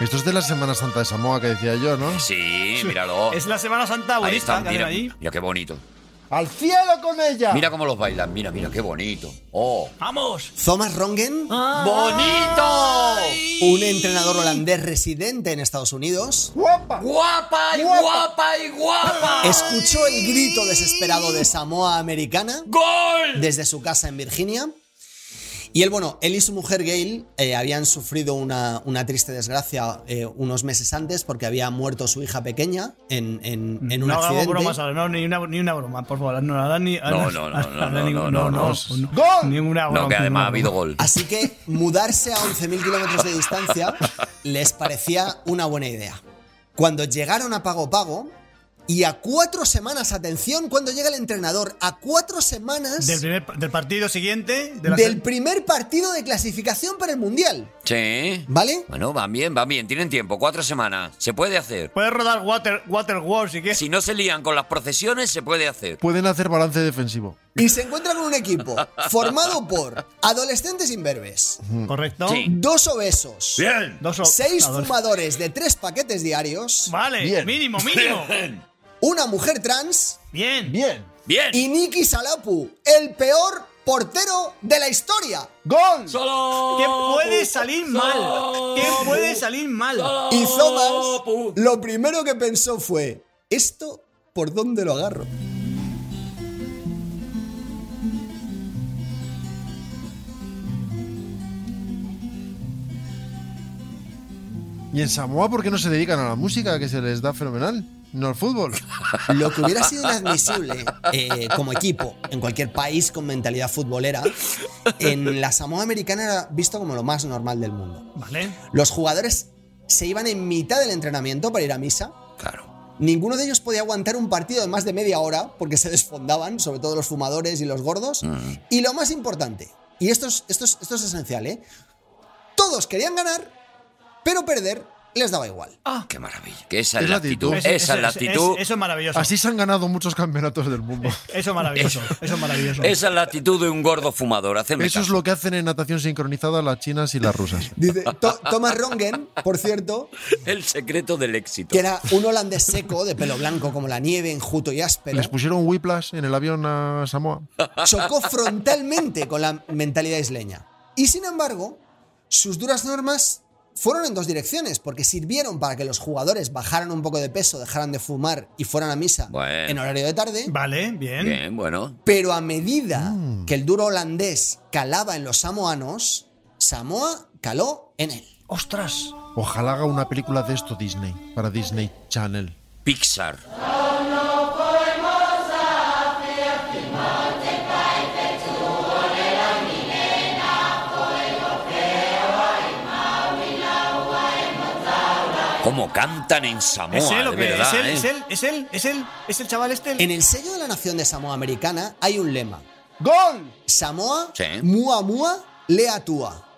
Esto es de la Semana Santa de Samoa que decía yo, ¿no?
Sí, míralo.
Es la Semana Santa
Ahí
budista
están,
que hacen
mira,
allí.
mira qué bonito.
¡Al cielo con
Ah.
ella!
Mira cómo los bailan, mira, mira, qué bonito. ¡Oh!
¡Vamos!
Thomas Rongen,
¡Bonito!
un entrenador holandés residente en Estados Unidos,
¡Guapa!
¡Guapa y
Guapa.
guapa y guapa!
escuchó el grito desesperado de Samoa Americana
¡Gol!
desde su casa en Virginia. Y él, bueno, él y su mujer Gail eh, habían sufrido una, una triste desgracia eh, unos meses antes porque había muerto su hija pequeña en, en- en un
no hagamos
accidente.
bromas ahora, no, ni una, ni una broma, por favor. No, Adán ni-
No,
Adán-
no, no,
Adán
no, no,
ni- pues
no, no, no.
¡Gol!
Ninguna broma.
No, que además
ninguna
ha habido
broma.
gol.
Así que mudarse a 11.000 kilómetros de distancia les parecía una buena idea. Cuando llegaron a Pago Pago, y a cuatro semanas, atención, cuando llega el entrenador, a cuatro semanas
Del,
del,
primer- del partido siguiente. de la-
primer partido de clasificación para el Mundial,
Sí.
¿vale?
Bueno, van bien, van bien, tienen tiempo, cuatro semanas. Se puede hacer.
Puedes rodar Water, water War si quieres.
Si no se lían con las procesiones, se puede hacer.
Pueden hacer balance defensivo.
Y se encuentra con un equipo formado por adolescentes imberbes,
Mm. Correcto.
Sí.
dos obesos,
Bien.
Dos o-
seis
a dos.
fumadores de tres paquetes diarios,
Vale,
Bien.
mínimo,
[laughs]
mínimo.
una mujer trans
Bien.
Bien.
Bien.
y Niki Salapu, el peor portero de la historia.
¡Gol!
Solo.
¿Qué puede salir mal? ¿Qué puede salir mal?
Y Thomas lo primero que pensó fue, ¿esto por dónde lo agarro?
¿Y en Samoa por qué no se dedican a la música que se les da fenomenal? No al fútbol.
Lo que hubiera sido inadmisible eh, como equipo en cualquier país con mentalidad futbolera, en la Samoa americana era visto como lo más normal del mundo.
Vale.
Los jugadores se iban en mitad del entrenamiento para ir a misa.
Claro.
Ninguno de ellos podía aguantar un partido de más de media hora porque se desfondaban, sobre todo los fumadores y los gordos. Y lo más importante, y esto es, esto es- esto es esencial, ¿eh? Todos querían ganar, pero perder les daba igual.
Ah. Qué maravilla. Que esa es
Es
la
la
actitud.
actitud.
Esa es la actitud.
eso Pues es maravilloso.
Así se han ganado muchos campeonatos
[laughs]
del mundo.
Eso es maravilloso. Eso es maravilloso.
Esa es la actitud de un gordo fumador. Hacedme
Eso es
caso.
lo que hacen en natación sincronizada las chinas y las rusas.
Dice To- Thomas Rongen, por cierto,
El secreto del éxito.
que era un holandés seco, de pelo blanco como la nieve, enjuto y áspero,
Les pusieron whiplash en el avión a Samoa.
chocó frontalmente con la mentalidad isleña. Y sin embargo, sus duras normas fueron en dos direcciones, porque sirvieron para que los jugadores bajaran un poco de peso, dejaran de fumar y fueran a misa
Bueno.
en horario de tarde.
Vale, bien.
Bien, bueno.
Pero a medida que el duro holandés calaba en los samoanos, Samoa caló en él.
¡Ostras!
Ojalá haga una película de esto Disney, para Disney Channel.
Pixar. ¿Cómo cantan en Samoa?
¿Es él o
de
qué?
verdad,
¿Es él?
¿eh?
¿Es él? ¿Es él? ¿Es él? ¿Es el chaval este?
En el sello de la nación de Samoa americana hay un lema.
¡Gol!
Samoa,
Sí.
Mua Mua, Lea Tua.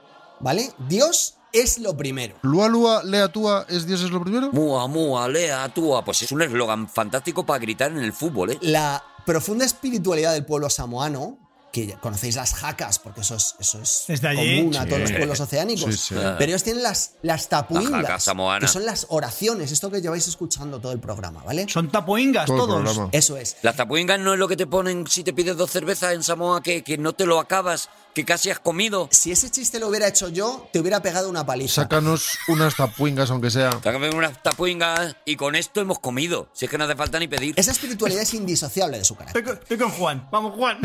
¿Vale? Dios es lo primero.
Lua Lua, Lea Tua, es Dios es lo primero.
Mua, mua, lea, tua. Pues es un eslogan fantástico para gritar en el fútbol, ¿eh?
La profunda espiritualidad del pueblo samoano, que ya conocéis las jacas, porque eso es, eso es
Es de allí.
común a todos los
Sí.
pueblos oceánicos,
Sí, sí.
pero ellos tienen las, las tapuingas,
jaca samoana.
que son las oraciones, esto que lleváis escuchando todo el programa, ¿vale?
Son tapoingas
Todo el
todos.
programa.
Eso es.
Las tapuingas no es lo que te ponen si te pides dos cervezas en Samoa, que, que no te lo acabas, que casi has comido.
Si ese chiste lo hubiera hecho yo, te hubiera pegado una paliza.
Sácanos unas tapuingas, aunque sea.
Sácame unas tapuingas y con esto hemos comido. Si es que no hace falta ni pedir.
Esa espiritualidad es indisociable de su carácter.
Estoy con, estoy con Juan. Vamos,
[laughs]
Juan.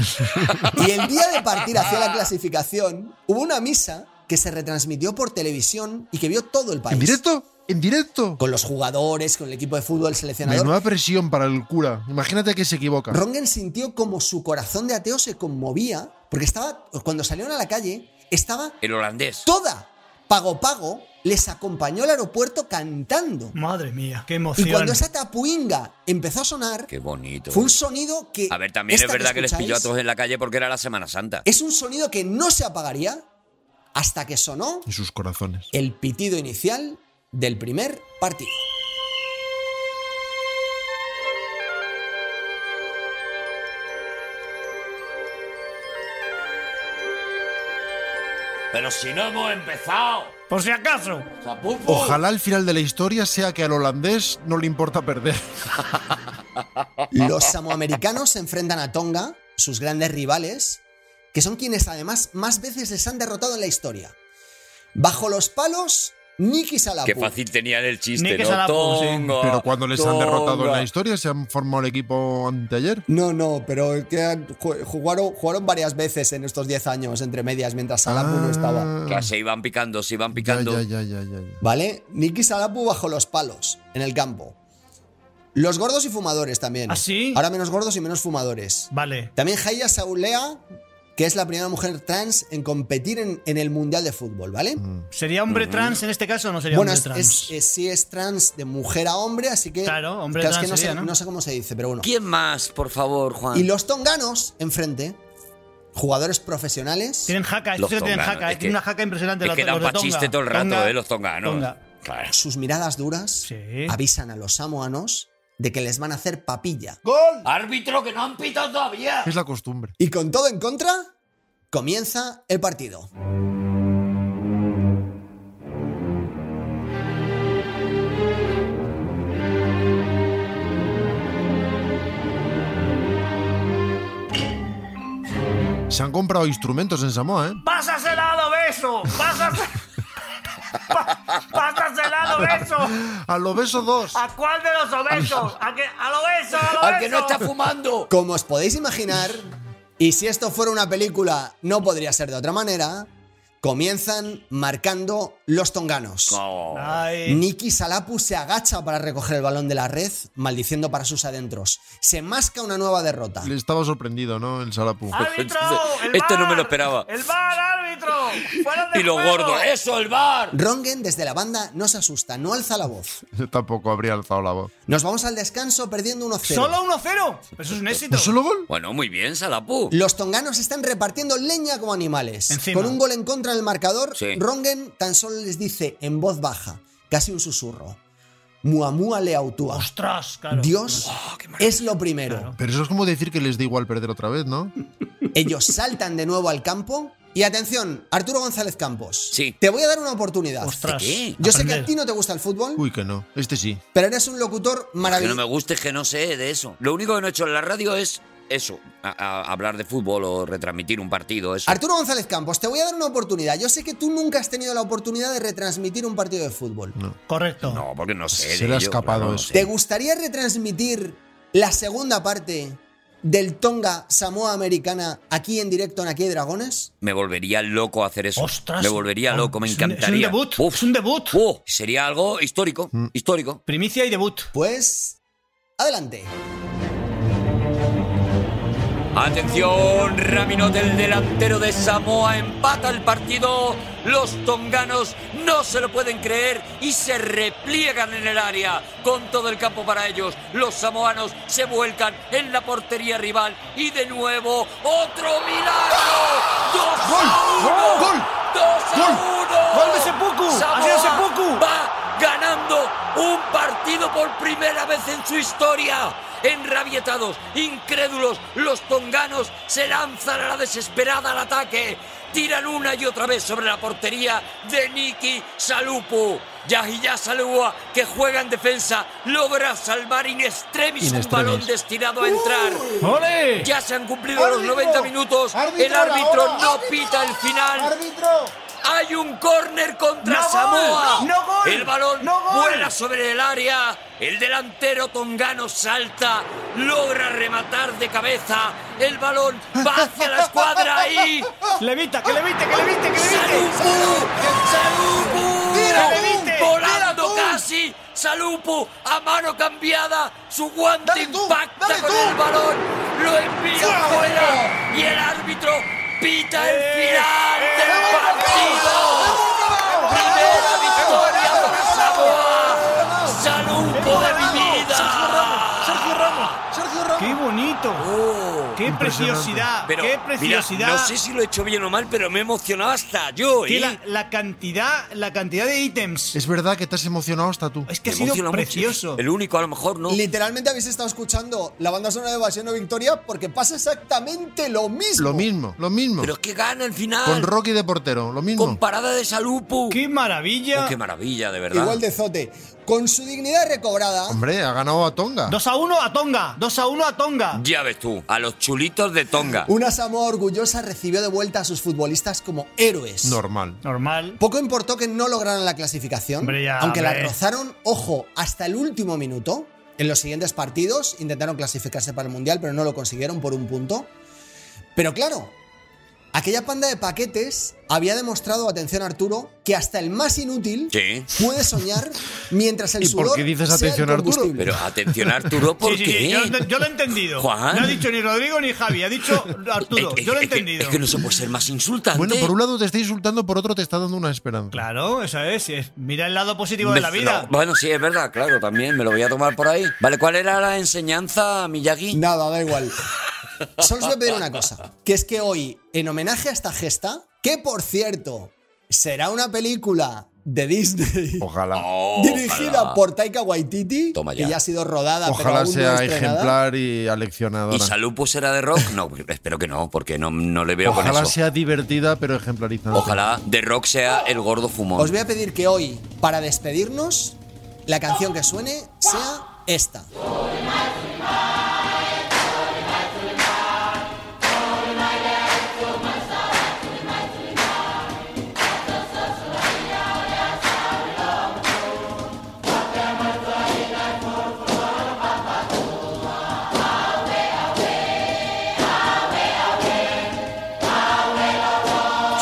Y el día de partir hacia la clasificación, hubo una misa que se retransmitió por televisión y que vio todo el país.
¿En directo? ¿En directo?
Con los jugadores, con el equipo de fútbol, el seleccionador.
Menuda presión para el cura. Imagínate que se equivoca.
Rongen sintió como su corazón de ateo se conmovía, porque estaba, cuando salieron a la calle, estaba
El holandés.
toda Pago Pago, les acompañó al aeropuerto cantando.
Madre mía, qué
Y
emoción.
cuando esa tapuinga empezó a sonar,
Qué bonito.
fue un sonido que...
A ver, también es
esta
verdad que les
escucháis,
pilló a todos en la calle porque era la Semana Santa.
Es un sonido que no se apagaría hasta que sonó
En sus corazones.
el pitido inicial del primer partido.
Pero si no hemos empezado.
Por si acaso.
Oh. [laughs]
Ojalá el final de la historia sea que al holandés no le importa perder.
[laughs]
Los samoamericanos se enfrentan a Tonga, sus grandes rivales, que son quienes además más veces les han derrotado en la historia. Bajo los palos, Nicky Salapu.
Qué fácil tenían el chiste,
Nicky
¿no?
Salapu, sí.
Tonga,
Pero cuando les han derrotado en
Tonga.
la historia, se han formado el equipo anteayer.
No, no, pero que han- ju- jugaron, jugaron varias veces en estos 10 años, entre medias, mientras Salapu no
Ah.
Ah.
estaba.
Claro, se iban picando, se iban picando.
¿Vale? Nicky Salapu bajo los palos, en el campo. Los gordos y fumadores también.
¿Ah, sí?
Ahora menos gordos y menos fumadores.
Vale.
También Jaya Saulea, que es la primera mujer trans en competir en, en el Mundial de Fútbol, ¿vale?
¿Sería hombre
Mm.
trans en este caso o no sería
bueno,
hombre
es,
trans?
es- es- sí es trans de mujer a hombre, así que.
Claro, hombre
es que
trans
no, sé,
sería, ¿no?
sé cómo se dice, pero bueno.
¿Quién más, por favor, Juan?
Y los tonganos enfrente, jugadores profesionales.
Tienen jaca, estos
Los
sí que tienen
tonganos,
jaca, eh,
es
tienen
que-
una jaca impresionante.
es
los-
que dan
los de
pa' chiste
Tonga.
todo el rato,
Tonga,
¿eh? Los tonganos.
Tonga.
Claro.
Sus miradas duras avisan a los samoanos de que les van a hacer papilla.
¡Gol!
¡Árbitro que no han pitado todavía!
Es la costumbre.
Y con todo en contra, comienza el partido.
Se han comprado instrumentos en Samoa, ¿eh?
¡Pásasela a lo beso! [laughs] ¡Pásasela! Pa- ¡Pásasela a lo beso! Ah.
A lo beso dos.
¿A cuál de los obesos? ¿A, que, a lo beso? ¿A lo
¡Al que
beso?
no está fumando!
Como os podéis imaginar, y si esto fuera una película, no podría ser de otra manera, comienzan marcando los tonganos.
No.
Ay.
Nicky Salapu se agacha para recoger el balón de la red, maldiciendo para sus adentros. Se masca una nueva derrota.
Le estaba sorprendido, ¿no? El Salapu.
¡Árbitro! el
Esto pues, no
VAR,
me lo esperaba.
¡El bar, árbitro! ¡Fuera de
Y lo
juego!
gordo, ¡eso, el bar!
Rongen desde la banda no se asusta, no alza la voz.
Yo tampoco habría alzado la voz.
Nos vamos al descanso perdiendo 1-0.
¡Solo 1-0! Eso es un éxito.
¿Un solo gol?
Bueno, muy bien, Salapú.
Los tonganos están repartiendo leña como animales.
Encima.
Con un gol en contra del marcador,
Sí.
Rongen tan solo les dice en voz baja, casi un susurro: Muamua Leautua.
¡Ostras, claro!
Dios
Oh,
es lo primero.
Pero eso es como decir que les da igual perder otra vez, ¿no?
Ellos saltan de nuevo al campo. Y atención, Arturo González Campos.
Sí.
Te voy a dar una oportunidad.
¡Ostras!
¿Qué?
Yo sé que
Aprender.
a ti no te gusta el fútbol,
Uy, que no. Este sí.
pero eres un locutor
Que no
maravilloso.
me guste es que no sé de eso. Lo único que no he hecho en la radio es eso, a- a- hablar de fútbol o retransmitir un partido, eso.
Arturo González Campos, te voy a dar una oportunidad. Yo sé que tú nunca has tenido la oportunidad de retransmitir un partido de fútbol.
Correcto.
No, porque no sé.
Se
de
le ha
ello,
escapado
claro, no
eso.
sé.
¿Te gustaría retransmitir la segunda parte del Tonga Samoa Americana aquí en directo en Aquí hay Dragones?
Me volvería loco hacer eso.
¡Ostras! oh,
Me volvería loco, me
Es un-
encantaría.
Es un debut.
Uf.
Es un debut.
Uf, sería algo histórico,
Mm.
histórico.
Primicia y debut.
Pues adelante.
Atención, Raminot, el delantero de Samoa empata el partido. Los tonganos no se lo pueden creer y se repliegan en el área con todo el campo para ellos. Los samoanos se vuelcan en la portería rival y de nuevo otro milagro. ¡Dos a uno!
¡Gol!
¡Dos
¡Gol!
a uno!
¡Gol de Seppuku!
Samoa
¡Ha sido Seppuku!
Va ganando un partido por primera vez en su historia. Enrabietados, incrédulos, los tonganos se lanzan a la desesperada al ataque. Tiran una y otra vez sobre la portería de Niki Salupu. Yahiya Salua, que juega en defensa, logra salvar in extremis
In
un
extremis.
balón destinado a entrar.
¡Ole!
Ya se han cumplido los
¡Árbitro!
90 minutos. el
¡Árbitro, la
árbitro
hora!
no
¡Árbitro!
pita el final.
¡Árbitro!
Hay un córner contra
¡No gol!
Samoa.
¡No gol!
El balón
¡No gol!
vuela sobre el área. El delantero tongano salta, logra rematar de cabeza. El balón va hacia la escuadra
[laughs]
y
¡Levita, que levite, que levite, que levite!
Salupu,
Tira,
Salupu,
Benítez,
volando
tira tú.
casi, Salupu a mano cambiada, su guante
Dale tú,
impacta
dale
con
tú.
el balón, lo envía
Fuera,
fuera y el árbitro pita el
Eh,
final
eh,
del
vamos,
partido. Primera victoria para Samoa, Salupu de mi vida.
Sergio Ramos.
¡Qué bonito!
Oh.
¡Qué preciosidad!
Pero,
¡Qué
mira,
preciosidad!
no sé si lo he hecho bien o mal, pero me he emocionado hasta yo,
Que
¿eh?
la, la cantidad, la cantidad de ítems. Es,
Es verdad que te has emocionado hasta tú.
que ha
Me
sido
emociona mucho.
precioso.
El único, a lo mejor, ¿no?
Literalmente habéis estado escuchando la banda sonora de Evasión o Victoria porque pasa exactamente lo mismo.
Lo mismo, lo mismo.
Pero es que gana el final.
Con Rocky de portero, lo mismo.
Con parada de Salupu.
¡Qué maravilla!
Oh, qué maravilla, de verdad.
Igual de zote. Con su dignidad recobrada,
Hombre, ha ganado a Tonga.
2 a 1 a Tonga. 2 2 a 1 a Tonga.
Ya ves tú, a los chulitos de Tonga.
Una Samoa orgullosa recibió de vuelta a sus futbolistas como héroes.
Normal.
Normal.
Poco importó que no lograran la clasificación,
Hombre, ya,
aunque la
hombre.
rozaron, ojo, hasta el último minuto. En los siguientes partidos intentaron clasificarse para el Mundial, pero no lo consiguieron por un punto. Pero claro, aquella panda de paquetes había demostrado, atención Arturo, que hasta el más inútil
Sí.
puede soñar mientras el
¿Y por
sudor
qué dices
sea el
atención, Arturo?
combustible.
Pero atención, Arturo, ¿por
Sí, sí,
qué?
sí, yo, lo- yo lo he entendido.
Juan.
No ha dicho ni Rodrigo ni Javi, ha dicho
[laughs]
Arturo.
Es- es-
yo lo he
es que-
entendido.
Es que, no se puede ser más insultante.
Bueno, por un lado te está insultando, por otro te está dando una esperanza.
Claro, eso es, sí es. Mira el lado positivo de
Me-
la vida.
no, bueno, sí, es verdad, claro, también me lo voy a tomar por ahí. Vale, ¿cuál era la enseñanza, Miyagi?
Nada, da igual. Solo os voy a pedir una cosa, que es que hoy, en homenaje a esta gesta, que por cierto, será una película de Disney
[laughs] Ojalá.
Oh,
dirigida
ojalá.
por Taika Waititi,
Toma ya.
que ya ha sido rodada, pero
Ojalá
aún no
sea
estrenada.
ejemplar y aleccionadora.
¿Y Salud será de rock? No, pues, espero que no, porque no, no le veo con
Ojalá
eso.
sea divertida, pero ejemplarizante.
Ojalá de rock sea el gordo fumón.
Os voy a pedir que hoy, para despedirnos, la canción que suene sea esta.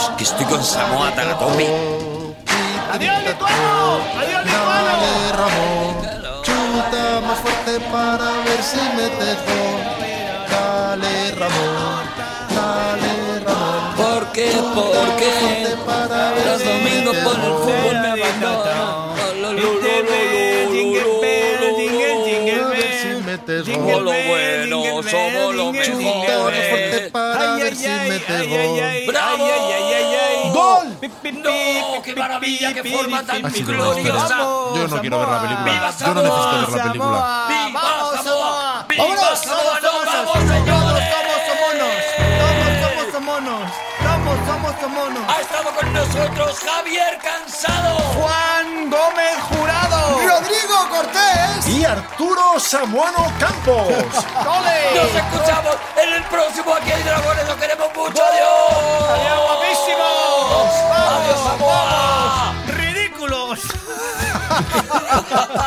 Es que estoy con Samoa Taratomi.
Oh.
¡Adiós, Lituano! ¡Adiós, Lituano!
Dale, Ramón. Chuta más fuerte para ver si me dejo. Dale, Ramón. Dale, Ramón.
¿Por qué? ¿Por qué? Los domingos por el fútbol me abandonan.
Si metes
Somos
gol.
lo bueno, somos lo
Chuta más fuerte
mejores.
para ver si metes gol.
¡Bravo!
¡Gol!
¡No! ¡Qué maravilla! ¡Qué forma tan
Así que no,
gloriosa!
espera. Yo no quiero ver la película.
¡Viva
Yo no necesito ver la película.
¡Viva Samoa! ¡Viva
¡Vámonos!
Samoa!
¡Somos,
¡No,
somos,
vamos, señores!
somos, somos, somos, somos, somos, somos, somos, somos, somos, somos, somos.
¡Ha estado con nosotros Javier Cansado!
Juan Gómez Jurado.
¡Rodrigo Cortés!
Y Arturo Samuano Campos.
¡Nos escuchamos en el próximo Aquí hay Dragones! ¡Lo queremos mucho! ¡Adiós!
¡Adiós, guapísimos!
¡Adiós, Samoa!
¡Ridículos!